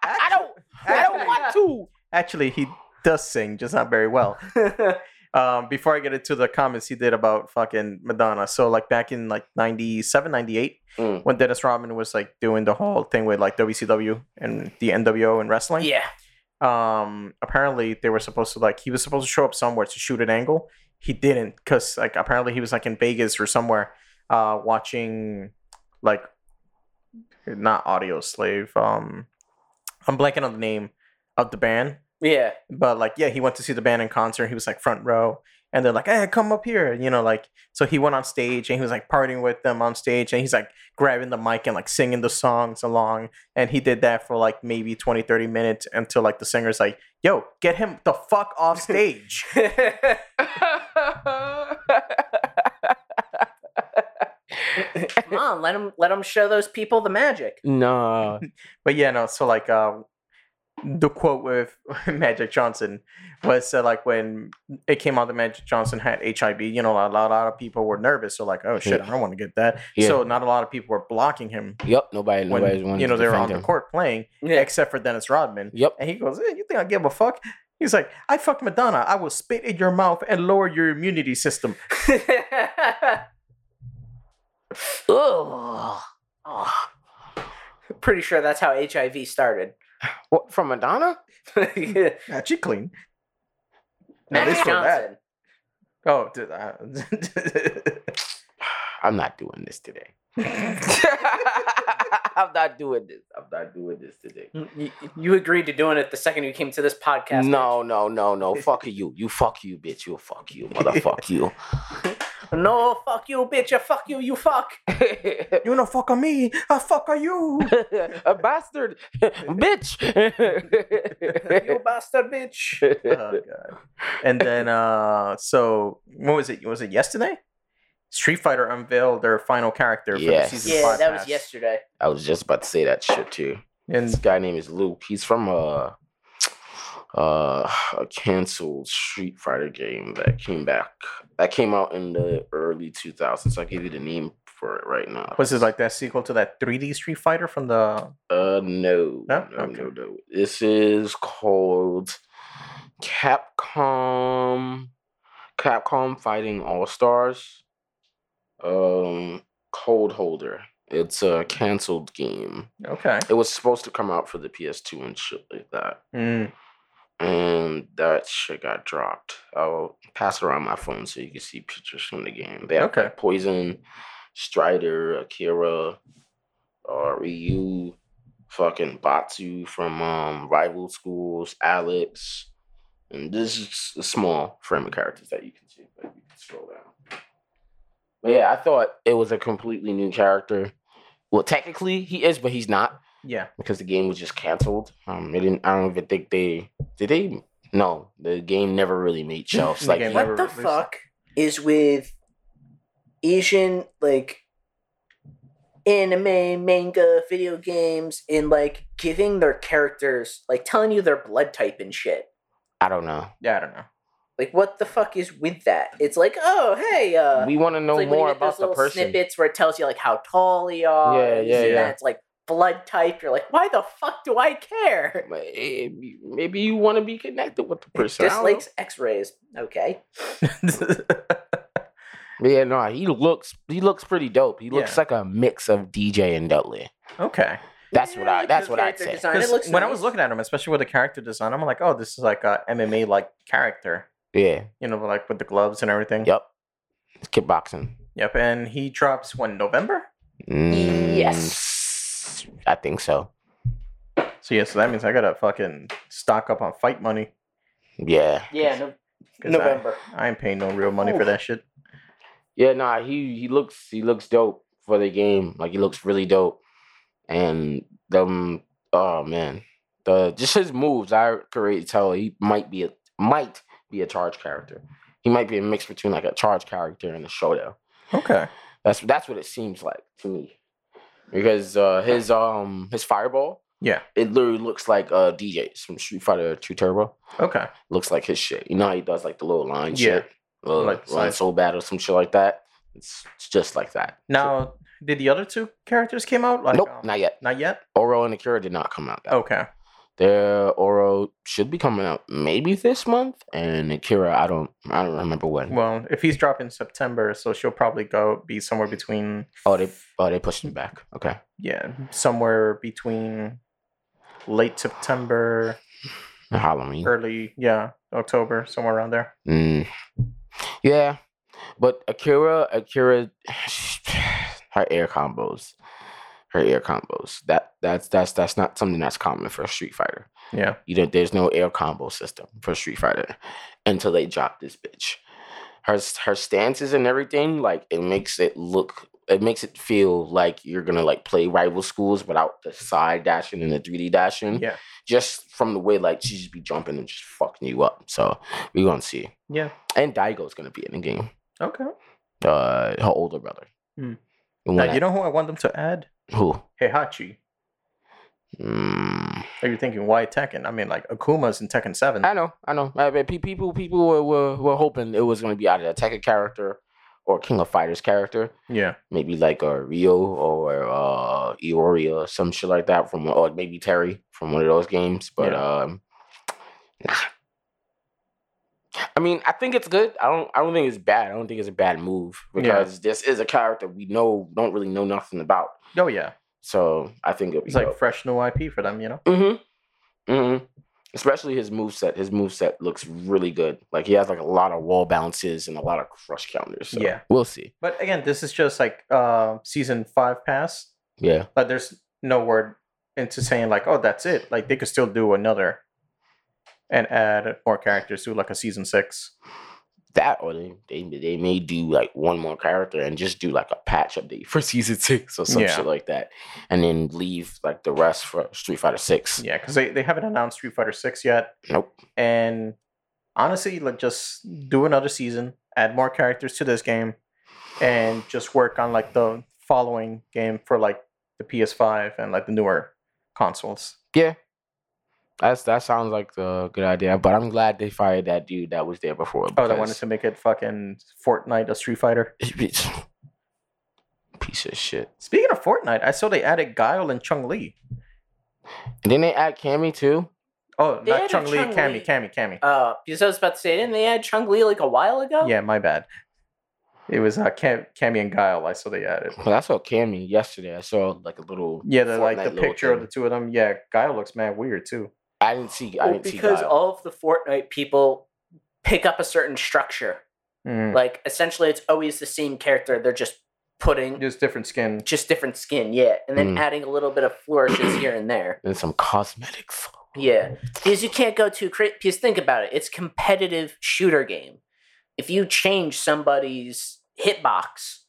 Speaker 3: I don't. I don't want to.
Speaker 1: actually he does sing, just not very well. um, before I get into the comments he did about fucking Madonna. So like back in like 97, 98,
Speaker 3: Mm.
Speaker 1: when Dennis Rodman was like doing the whole thing with like WCW and the NWO and wrestling.
Speaker 2: yeah.
Speaker 1: Um, apparently they were supposed to like he was supposed to show up somewhere to shoot an angle. He didn't because like apparently he was like in Vegas or somewhere, uh, watching like not Audio Slave. Um, I'm blanking on the name of the band,
Speaker 2: Yeah.
Speaker 1: but like, yeah, he went to see the band in concert. He was like front row, and they're like, "Hey, come up here," you know, like. So he went on stage and he was like partying with them on stage, and he's like grabbing the mic and like singing the songs along, and he did that for like maybe 20, 30 minutes until like the singer's like, "Yo, get him the fuck off stage."
Speaker 2: Come on, let him let him show those people the magic.
Speaker 3: nah.
Speaker 1: but yeah, no. So like, uh, the quote with Magic Johnson was uh, like when it came out that Magic Johnson had HIV. You know, a lot, a lot of people were nervous. So like, oh shit, I don't want to get that.
Speaker 3: Yeah.
Speaker 1: So not a lot of people were blocking him
Speaker 3: Yep. Nobody. nobody's
Speaker 1: when
Speaker 3: wanting
Speaker 1: you know
Speaker 3: to
Speaker 1: they were
Speaker 3: defend
Speaker 1: on the
Speaker 3: him.
Speaker 1: court playing,
Speaker 2: Yeah.
Speaker 1: except for Dennis Rodman.
Speaker 3: Yep.
Speaker 1: And he goes, eh, "You think I give a fuck?" He's like, "I fucked Madonna. I will spit in your mouth and lower your immunity system."
Speaker 2: Ugh. Ugh. Pretty sure that's how HIV started.
Speaker 3: What from Madonna?
Speaker 2: Magic
Speaker 1: That she clean. At least
Speaker 2: Johnson.
Speaker 1: for that. Oh, dude, I-
Speaker 3: I'm not doing this today. I'm not doing this. I'm not doing this today.
Speaker 2: You, you agreed to doing it the second you came to this podcast.
Speaker 3: No, no, no, no. Fuck you. You fuck you, bitch. You fuck you, motherfuck you.
Speaker 2: bitch. No, fuck you, bitch. I fuck you, you fuck.
Speaker 1: you know, fuck on me. I fuck on you.
Speaker 3: A bastard,
Speaker 2: You
Speaker 3: bitch.
Speaker 2: bastard, bitch.
Speaker 1: oh god. And then uh so what was it? Was it yesterday? Street Fighter unveiled their final character
Speaker 3: Yes.
Speaker 1: for the season
Speaker 2: Yeah,
Speaker 1: five.
Speaker 2: that was
Speaker 1: patch.
Speaker 2: yesterday.
Speaker 3: I was just about to say that shit too. This
Speaker 1: And
Speaker 3: guy name is Luke. He's from uh uh a canceled Street Fighter game that came back that came out in the early 2000s. So I give you the name for it right now.
Speaker 1: was it like that sequel to that 3D Street Fighter from the
Speaker 3: Uh, no,
Speaker 1: No?
Speaker 3: no,
Speaker 1: Okay.
Speaker 3: no, no. This is called Capcom, Capcom Fighting All Stars, um, Cold Holder. It's a canceled game.
Speaker 1: Okay.
Speaker 3: It was supposed to come out for the PS2 and shit like that,
Speaker 1: Mm.
Speaker 3: and that shit got dropped. I'll pass around my phone so you can see pictures from the game. They have
Speaker 1: Okay.
Speaker 3: Poison, Strider, Akira, uh, Ryu, fucking Batsu from um, rival schools, Alex, and this is a small frame of characters that you can see. But you can scroll down. But yeah, I thought it was a completely new character. Well, technically he is, but he's not
Speaker 1: Yeah.
Speaker 3: because the game was just canceled. Um, they didn't. I don't even think they did. They no, the game never really made shelves.
Speaker 1: The
Speaker 3: Like
Speaker 1: game
Speaker 3: he-
Speaker 1: never-
Speaker 2: What the
Speaker 1: released it.
Speaker 2: fuck is with Asian like anime, manga, video games, and like giving their characters like telling you their blood type and shit?
Speaker 3: I don't know.
Speaker 1: Yeah, I don't know.
Speaker 2: Like what the fuck is with that? It's like, oh hey, uh
Speaker 3: we want to know
Speaker 2: it's like when you
Speaker 3: more
Speaker 2: get those
Speaker 3: about the
Speaker 2: little
Speaker 3: person.
Speaker 2: Snippets where it tells you like how tall you are.
Speaker 3: Yeah,
Speaker 2: and
Speaker 3: yeah,
Speaker 2: this and
Speaker 1: yeah.
Speaker 2: that. It's like blood type. You're like, why the fuck do I care?
Speaker 3: Maybe, eh, maybe you want to be connected with the person. I don't know.
Speaker 2: Dislikes X-rays. Okay.
Speaker 3: But yeah, no, he looks he looks pretty dope. He looks
Speaker 1: Yeah.
Speaker 3: like a mix of DJ and Dudley.
Speaker 1: okay.
Speaker 3: That's
Speaker 2: Yeah,
Speaker 3: what I-
Speaker 2: like
Speaker 3: that's
Speaker 2: the
Speaker 3: what I'd
Speaker 2: character
Speaker 3: say.
Speaker 2: design, it
Speaker 1: 'Cause
Speaker 2: looks
Speaker 1: when I
Speaker 2: nice.
Speaker 1: was looking at him, especially with the character design, I'm like, oh, this is like a MMA like character.
Speaker 3: Yeah.
Speaker 1: You know, like with the gloves and everything.
Speaker 3: Yep. It's kickboxing.
Speaker 1: Yep. And he drops when November.
Speaker 3: Mm,
Speaker 2: Yes.
Speaker 3: I think so.
Speaker 1: So yeah, so that means I gotta fucking stock up on fight money.
Speaker 3: Yeah.
Speaker 2: Yeah, no,
Speaker 1: 'Cause I-
Speaker 2: November.
Speaker 1: I ain't paying no real money for
Speaker 2: Oof.
Speaker 1: that shit.
Speaker 3: Yeah, nah, he he looks he looks dope for the game. Like he looks really dope. And them oh man. The just his moves, I could already tell he might be a might be a charge character. He might be a mix between like a charge character and a showdown.
Speaker 1: Okay.
Speaker 3: That's that's what it seems like to me. Because uh, his um his fireball,
Speaker 1: Yeah.
Speaker 3: it literally looks like uh DJ's from Street Fighter Two Turbo.
Speaker 1: Okay.
Speaker 3: Looks like his shit. You know how he does like the little line
Speaker 1: Yeah.
Speaker 3: shit, little
Speaker 1: Like the
Speaker 3: line
Speaker 1: slice.
Speaker 3: soul battle, some shit like that. It's, it's just like that.
Speaker 1: Now, did the other two characters came out? Like,
Speaker 3: nope,
Speaker 1: um, Oh.
Speaker 3: not yet.
Speaker 1: not yet.
Speaker 3: Oro and Akira did not come out. Yet.
Speaker 1: Okay.
Speaker 3: their Oro should be coming out maybe this month, and Akira, I don't, I don't remember when.
Speaker 1: Well, if he's dropping September, so she'll probably go be somewhere between
Speaker 3: oh, they, oh, they pushed it back. Okay,
Speaker 1: yeah, somewhere between late September,
Speaker 3: Halloween.
Speaker 1: early yeah, October, somewhere around there.
Speaker 3: Mm. Yeah, but Akira, Akira, her air combos, her air combos. That that's that's that's not something that's common for Street Fighter.
Speaker 1: Yeah.
Speaker 3: You know, there's no air combo system for Street Fighter until they drop this bitch. Her her stances and everything, like it makes it look it makes it feel like you're gonna like play rival schools without the side dashing and the 3D dashing.
Speaker 1: Yeah.
Speaker 3: Just from the way like she just be jumping and just fucking you up. So we're gonna see.
Speaker 1: Yeah.
Speaker 3: And Daigo's gonna be in the game.
Speaker 1: Okay.
Speaker 3: Uh her older brother.
Speaker 1: Hmm.
Speaker 3: The
Speaker 1: Now,
Speaker 3: one
Speaker 1: you know who I want them to add?
Speaker 3: that- who?
Speaker 1: Heihachi.
Speaker 3: Mm.
Speaker 1: Are you thinking why Tekken? I mean, like Akuma's in Tekken Seven.
Speaker 3: I know, I know. I mean, pe- people, people were, were, were hoping it was gonna be either a Tekken character or King of Fighters character,
Speaker 1: Yeah.
Speaker 3: maybe like a Rio or uh, Eoria or some shit like that from, or maybe Terry from one of those games. But
Speaker 1: Yeah.
Speaker 3: um, nah. I mean, I think it's good. I don't, I don't think it's bad. I don't think it's a bad move
Speaker 1: Yeah.
Speaker 3: because this is a character we know don't really know nothing about.
Speaker 1: Oh yeah.
Speaker 3: So I think it'll be
Speaker 1: It's like
Speaker 3: dope.
Speaker 1: fresh new IP for them, you know.
Speaker 3: Mm-hmm. Mm-hmm. Especially his moveset. His moveset looks really good. Like he has like a lot of wall bounces and a lot of crush counters. So
Speaker 1: Yeah.
Speaker 3: We'll see.
Speaker 1: But again, this is just like uh, season five pass.
Speaker 3: Yeah.
Speaker 1: Like, there's no word into saying like, oh, that's it. Like, they could still do another and add more characters to like a season six.
Speaker 3: That or they, they they may do like one more character and just do like a patch update for season six or some
Speaker 1: Yeah.
Speaker 3: shit like that. And then leave like the rest for Street Fighter Six.
Speaker 1: Yeah, because they, they haven't announced Street Fighter Six yet.
Speaker 3: Nope.
Speaker 1: And honestly, like just do another season, add more characters to this game, and just work on like the following game for like the PS5 and like the newer consoles.
Speaker 3: That's that sounds like the good idea. But I'm glad they fired that dude that was there before.
Speaker 1: Oh, they
Speaker 3: because-
Speaker 1: wanted to make it fucking Fortnite a Street Fighter.
Speaker 3: piece of shit.
Speaker 1: Speaking of Fortnite, I saw they added Guile and Chung Li.
Speaker 3: And then they add Cammy too.
Speaker 1: Oh,
Speaker 2: They
Speaker 1: not
Speaker 2: added
Speaker 1: Chung Li,
Speaker 2: Chun-Li.
Speaker 1: Cammy, Cammy, Cammy.
Speaker 2: Uh, because I was about to say, didn't they add Chung Li like a while ago?
Speaker 1: Yeah, my bad. It was uh, Cam- Cammy and Guile. I saw they added.
Speaker 3: Well, that's what Cammy yesterday. I saw like a little
Speaker 1: Yeah, the, like
Speaker 3: Fortnite
Speaker 1: the
Speaker 3: little
Speaker 1: picture of
Speaker 3: thing.
Speaker 1: the two of them. Yeah, Guile looks mad weird too.
Speaker 3: I didn't see. I
Speaker 1: Oh,
Speaker 2: Well,
Speaker 3: didn't
Speaker 2: because
Speaker 3: see. Guile.
Speaker 2: all of the Fortnite people pick up a certain structure.
Speaker 3: Hmm.
Speaker 1: Mm.
Speaker 2: Like essentially, it's always the same character. They're just putting
Speaker 1: Just different skin.
Speaker 2: just different skin, yeah, and then
Speaker 3: Mm.
Speaker 2: adding a little bit of flourishes here and there.
Speaker 3: and some cosmetics.
Speaker 2: Yeah, because you can't go too crazy. Because think about it, it's competitive shooter game. If you change somebody's hitbox,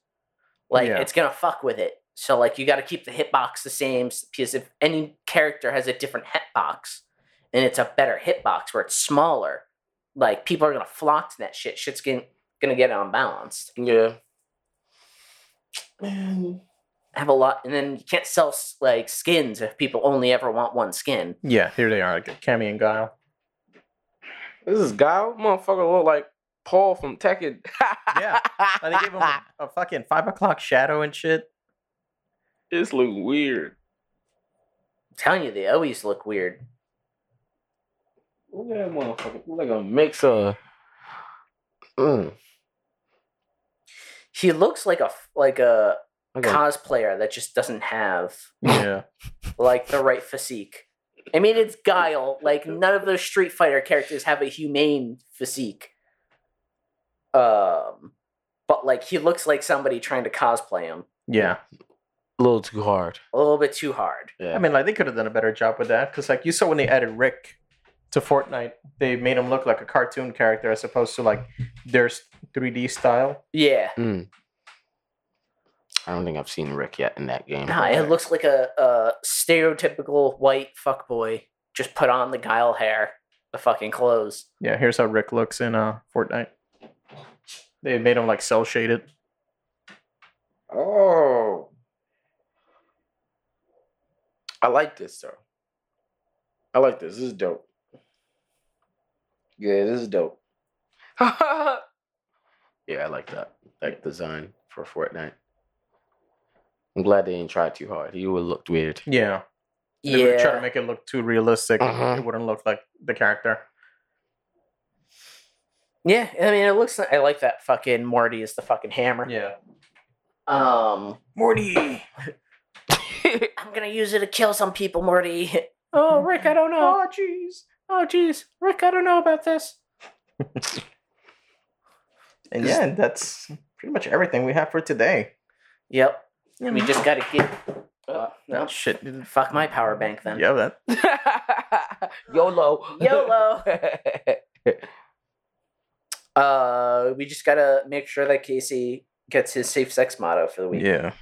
Speaker 2: like
Speaker 1: Yeah.
Speaker 2: it's gonna fuck with it. So like you got to keep the hitbox the same. s- Because if any character has a different hitbox, and it's a better hitbox where it's smaller, like people are gonna flock to that shit. Shit's gonna gonna get unbalanced.
Speaker 3: Yeah.
Speaker 2: Have a lot, and then you can't sell s- like skins if people only ever want one skin.
Speaker 1: Yeah, here they are, like, Cammy and Guile.
Speaker 3: This is Guile, motherfucker, look like Paul from Tekken.
Speaker 1: Yeah. And they gave him a, a fucking five o'clock shadow and shit.
Speaker 3: This look weird.
Speaker 2: I'm telling you, they always look weird.
Speaker 3: Look at that motherfucker. Look like a mix of. Mm,
Speaker 2: He looks like a f- like a
Speaker 3: like a-
Speaker 2: cosplayer that just doesn't have
Speaker 1: Yeah.
Speaker 2: like the right physique. I mean, it's Guile. Like none of those Street Fighter characters have a humane physique. Um, but like he looks like somebody trying to cosplay him
Speaker 1: Yeah.
Speaker 3: little too hard.
Speaker 2: a little bit too hard.
Speaker 3: Yeah.
Speaker 1: I mean, like, they could have done a better job with that. Because, like, you saw when they added Rick to Fortnite, they made him look like a cartoon character as opposed to, like, their s- 3D style.
Speaker 2: Yeah,
Speaker 3: Mm. I don't think I've seen Rick yet in that game.
Speaker 2: nah, it looks like a, a stereotypical white fuckboy just put on the Guile hair, the fucking clothes.
Speaker 1: Yeah, here's how Rick looks in uh, Fortnite. They made him, like, cell shaded.
Speaker 3: Oh. I like this though. I like this. This is dope. Yeah, this is dope. yeah, I like that. Like design for Fortnite. I'm glad they didn't try too hard. He would have looked weird.
Speaker 1: Yeah. Uh-huh. They would try to
Speaker 2: Yeah,
Speaker 1: make it look too realistic.
Speaker 3: Mhm.
Speaker 1: It wouldn't look like the character.
Speaker 2: yeah. I mean, it looks. I like that fucking Morty is the fucking hammer.
Speaker 1: Yeah.
Speaker 2: Um,
Speaker 1: Morty!
Speaker 2: I'm gonna use it to kill some people, Morty. Oh, Rick, I don't know.
Speaker 1: Oh, jeez.
Speaker 2: Oh, jeez, Rick, I don't know about this.
Speaker 1: And
Speaker 3: Just-
Speaker 1: yeah, and that's pretty much everything we have for today.
Speaker 2: Yep,
Speaker 1: Yeah,
Speaker 2: we just gotta get Uh,
Speaker 1: Oh,
Speaker 2: no.
Speaker 1: shit.
Speaker 2: Fuck my power bank then.
Speaker 1: Yeah, that.
Speaker 3: YOLO.
Speaker 2: YOLO. Uh, we just gotta make sure that Casey gets his safe sex motto for the week.
Speaker 1: Yeah.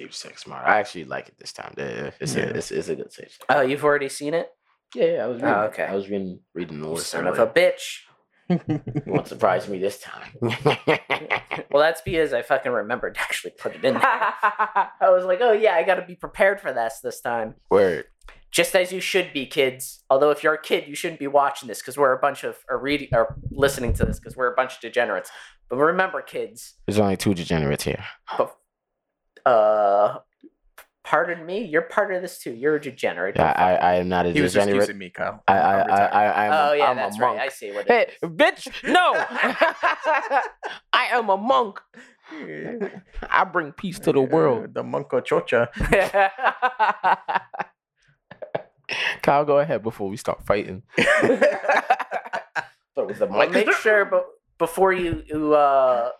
Speaker 3: safe sex smart. I actually like it this time. Yeah, It's,
Speaker 1: Yeah.
Speaker 3: A, it's, it's a good safe sex.
Speaker 2: Oh, you've already seen it?
Speaker 3: Yeah, yeah, I was reading.
Speaker 2: Oh,
Speaker 3: it.
Speaker 2: okay.
Speaker 3: I was reading reading the lore.
Speaker 2: Son
Speaker 3: earlier.
Speaker 2: of a bitch.
Speaker 3: Won't surprise me this time.
Speaker 2: Well, that's because I fucking remembered to actually put it in there. I was like, oh yeah, I gotta be prepared for this this time.
Speaker 3: Word.
Speaker 2: Just as you should be, kids. Although if you're a kid, you shouldn't be watching this because we're a bunch of or reading or listening to this because we're a bunch of degenerates. But remember, kids.
Speaker 3: There's only two degenerates here.
Speaker 2: Uh, pardon me. You're part of this too. You're a degenerate.
Speaker 3: Yeah, I, I am not a
Speaker 1: He was just
Speaker 3: degenerate.
Speaker 1: using me, Kyle.
Speaker 3: I, I, I, I, I am
Speaker 2: oh
Speaker 3: a,
Speaker 2: yeah,
Speaker 3: I'm
Speaker 2: that's
Speaker 3: a monk.
Speaker 2: right. I see what. It,
Speaker 3: Hey, bitch, no! I am a monk. I bring peace to the world.
Speaker 1: The Monko Chocha.
Speaker 3: Kyle, go ahead before we start fighting. Thought it was the
Speaker 2: Well,
Speaker 3: mic.
Speaker 2: make sure, but before you you uh,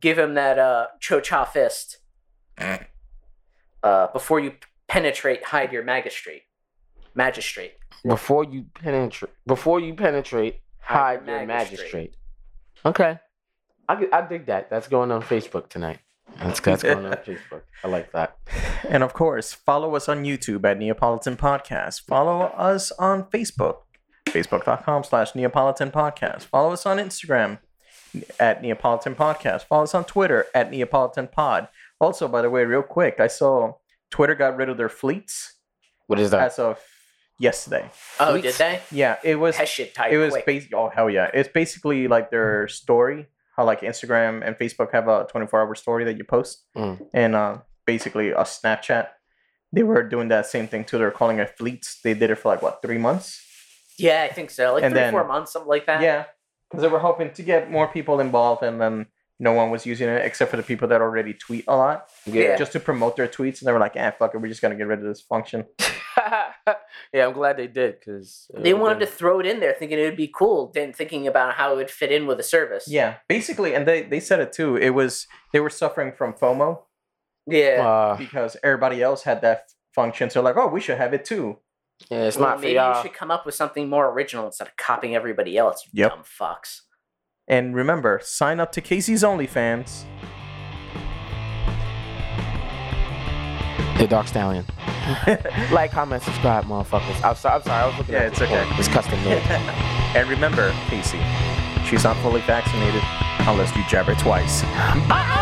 Speaker 2: give him that uh, cho-cha fist,
Speaker 1: Mm.
Speaker 2: uh, before you penetrate, hide your magistrate. Magistrate.
Speaker 3: before you penetrate. Before you penetrate, hide your magistrate. Okay, I g- I dig that. That's going on Facebook tonight. That's that's going on Facebook. I like that.
Speaker 1: And of course, follow us on YouTube at Neapolitan Podcast. Follow us on Facebook, facebook.com slash Neapolitan Podcast. Follow us on Instagram at Neapolitan Podcast. Follow us on Twitter at Neapolitan Pod. Also, by the way, real quick, I saw Twitter got rid of their fleets
Speaker 3: What is that?
Speaker 1: as of yesterday.
Speaker 2: Oh,
Speaker 3: Sweet.
Speaker 2: did they?
Speaker 1: Yeah, it was
Speaker 2: That shit tight.
Speaker 1: it was
Speaker 2: quick.
Speaker 1: basically oh hell yeah it's basically like their story how like instagram and facebook have a 24 hour story that you post
Speaker 3: Mm.
Speaker 1: and uh, basically a snapchat they were doing that same thing too they're calling it fleets they did it for like what three months
Speaker 2: yeah, I think so. Like
Speaker 1: And
Speaker 2: three,
Speaker 1: then-
Speaker 2: four months, something like that.
Speaker 1: yeah because they were hoping to get more people involved and then no one was using it except for the people that already tweet a lot
Speaker 2: Yeah.
Speaker 1: just to promote their tweets and they were like eh fuck it we're just gonna get rid of this function
Speaker 3: yeah, I'm glad they did uh, because
Speaker 2: They wanted to throw it in there, thinking it would be cool. Then thinking about how it would fit in with the service.
Speaker 1: yeah basically and they, they said it too it was they were suffering from fomo
Speaker 2: yeah.
Speaker 3: Uh,
Speaker 1: because everybody else had that f- function. So like, oh, we should have it too.
Speaker 3: yeah, it's
Speaker 2: Well,
Speaker 3: not for
Speaker 2: maybe you
Speaker 3: y'all.
Speaker 2: should come up with something more original instead of copying everybody else. You
Speaker 1: Yep.
Speaker 2: dumb fucks.
Speaker 1: And remember, sign up to Casey's OnlyFans.
Speaker 3: The Dark Stallion. like, comment, subscribe, motherfuckers. I'm sorry. I'm sorry. I was looking
Speaker 1: Yeah,
Speaker 3: at
Speaker 1: it's
Speaker 3: this
Speaker 1: okay.
Speaker 3: porn. It's custom made.
Speaker 1: And remember, Casey, she's not fully vaccinated unless you jab her twice.
Speaker 3: Bye.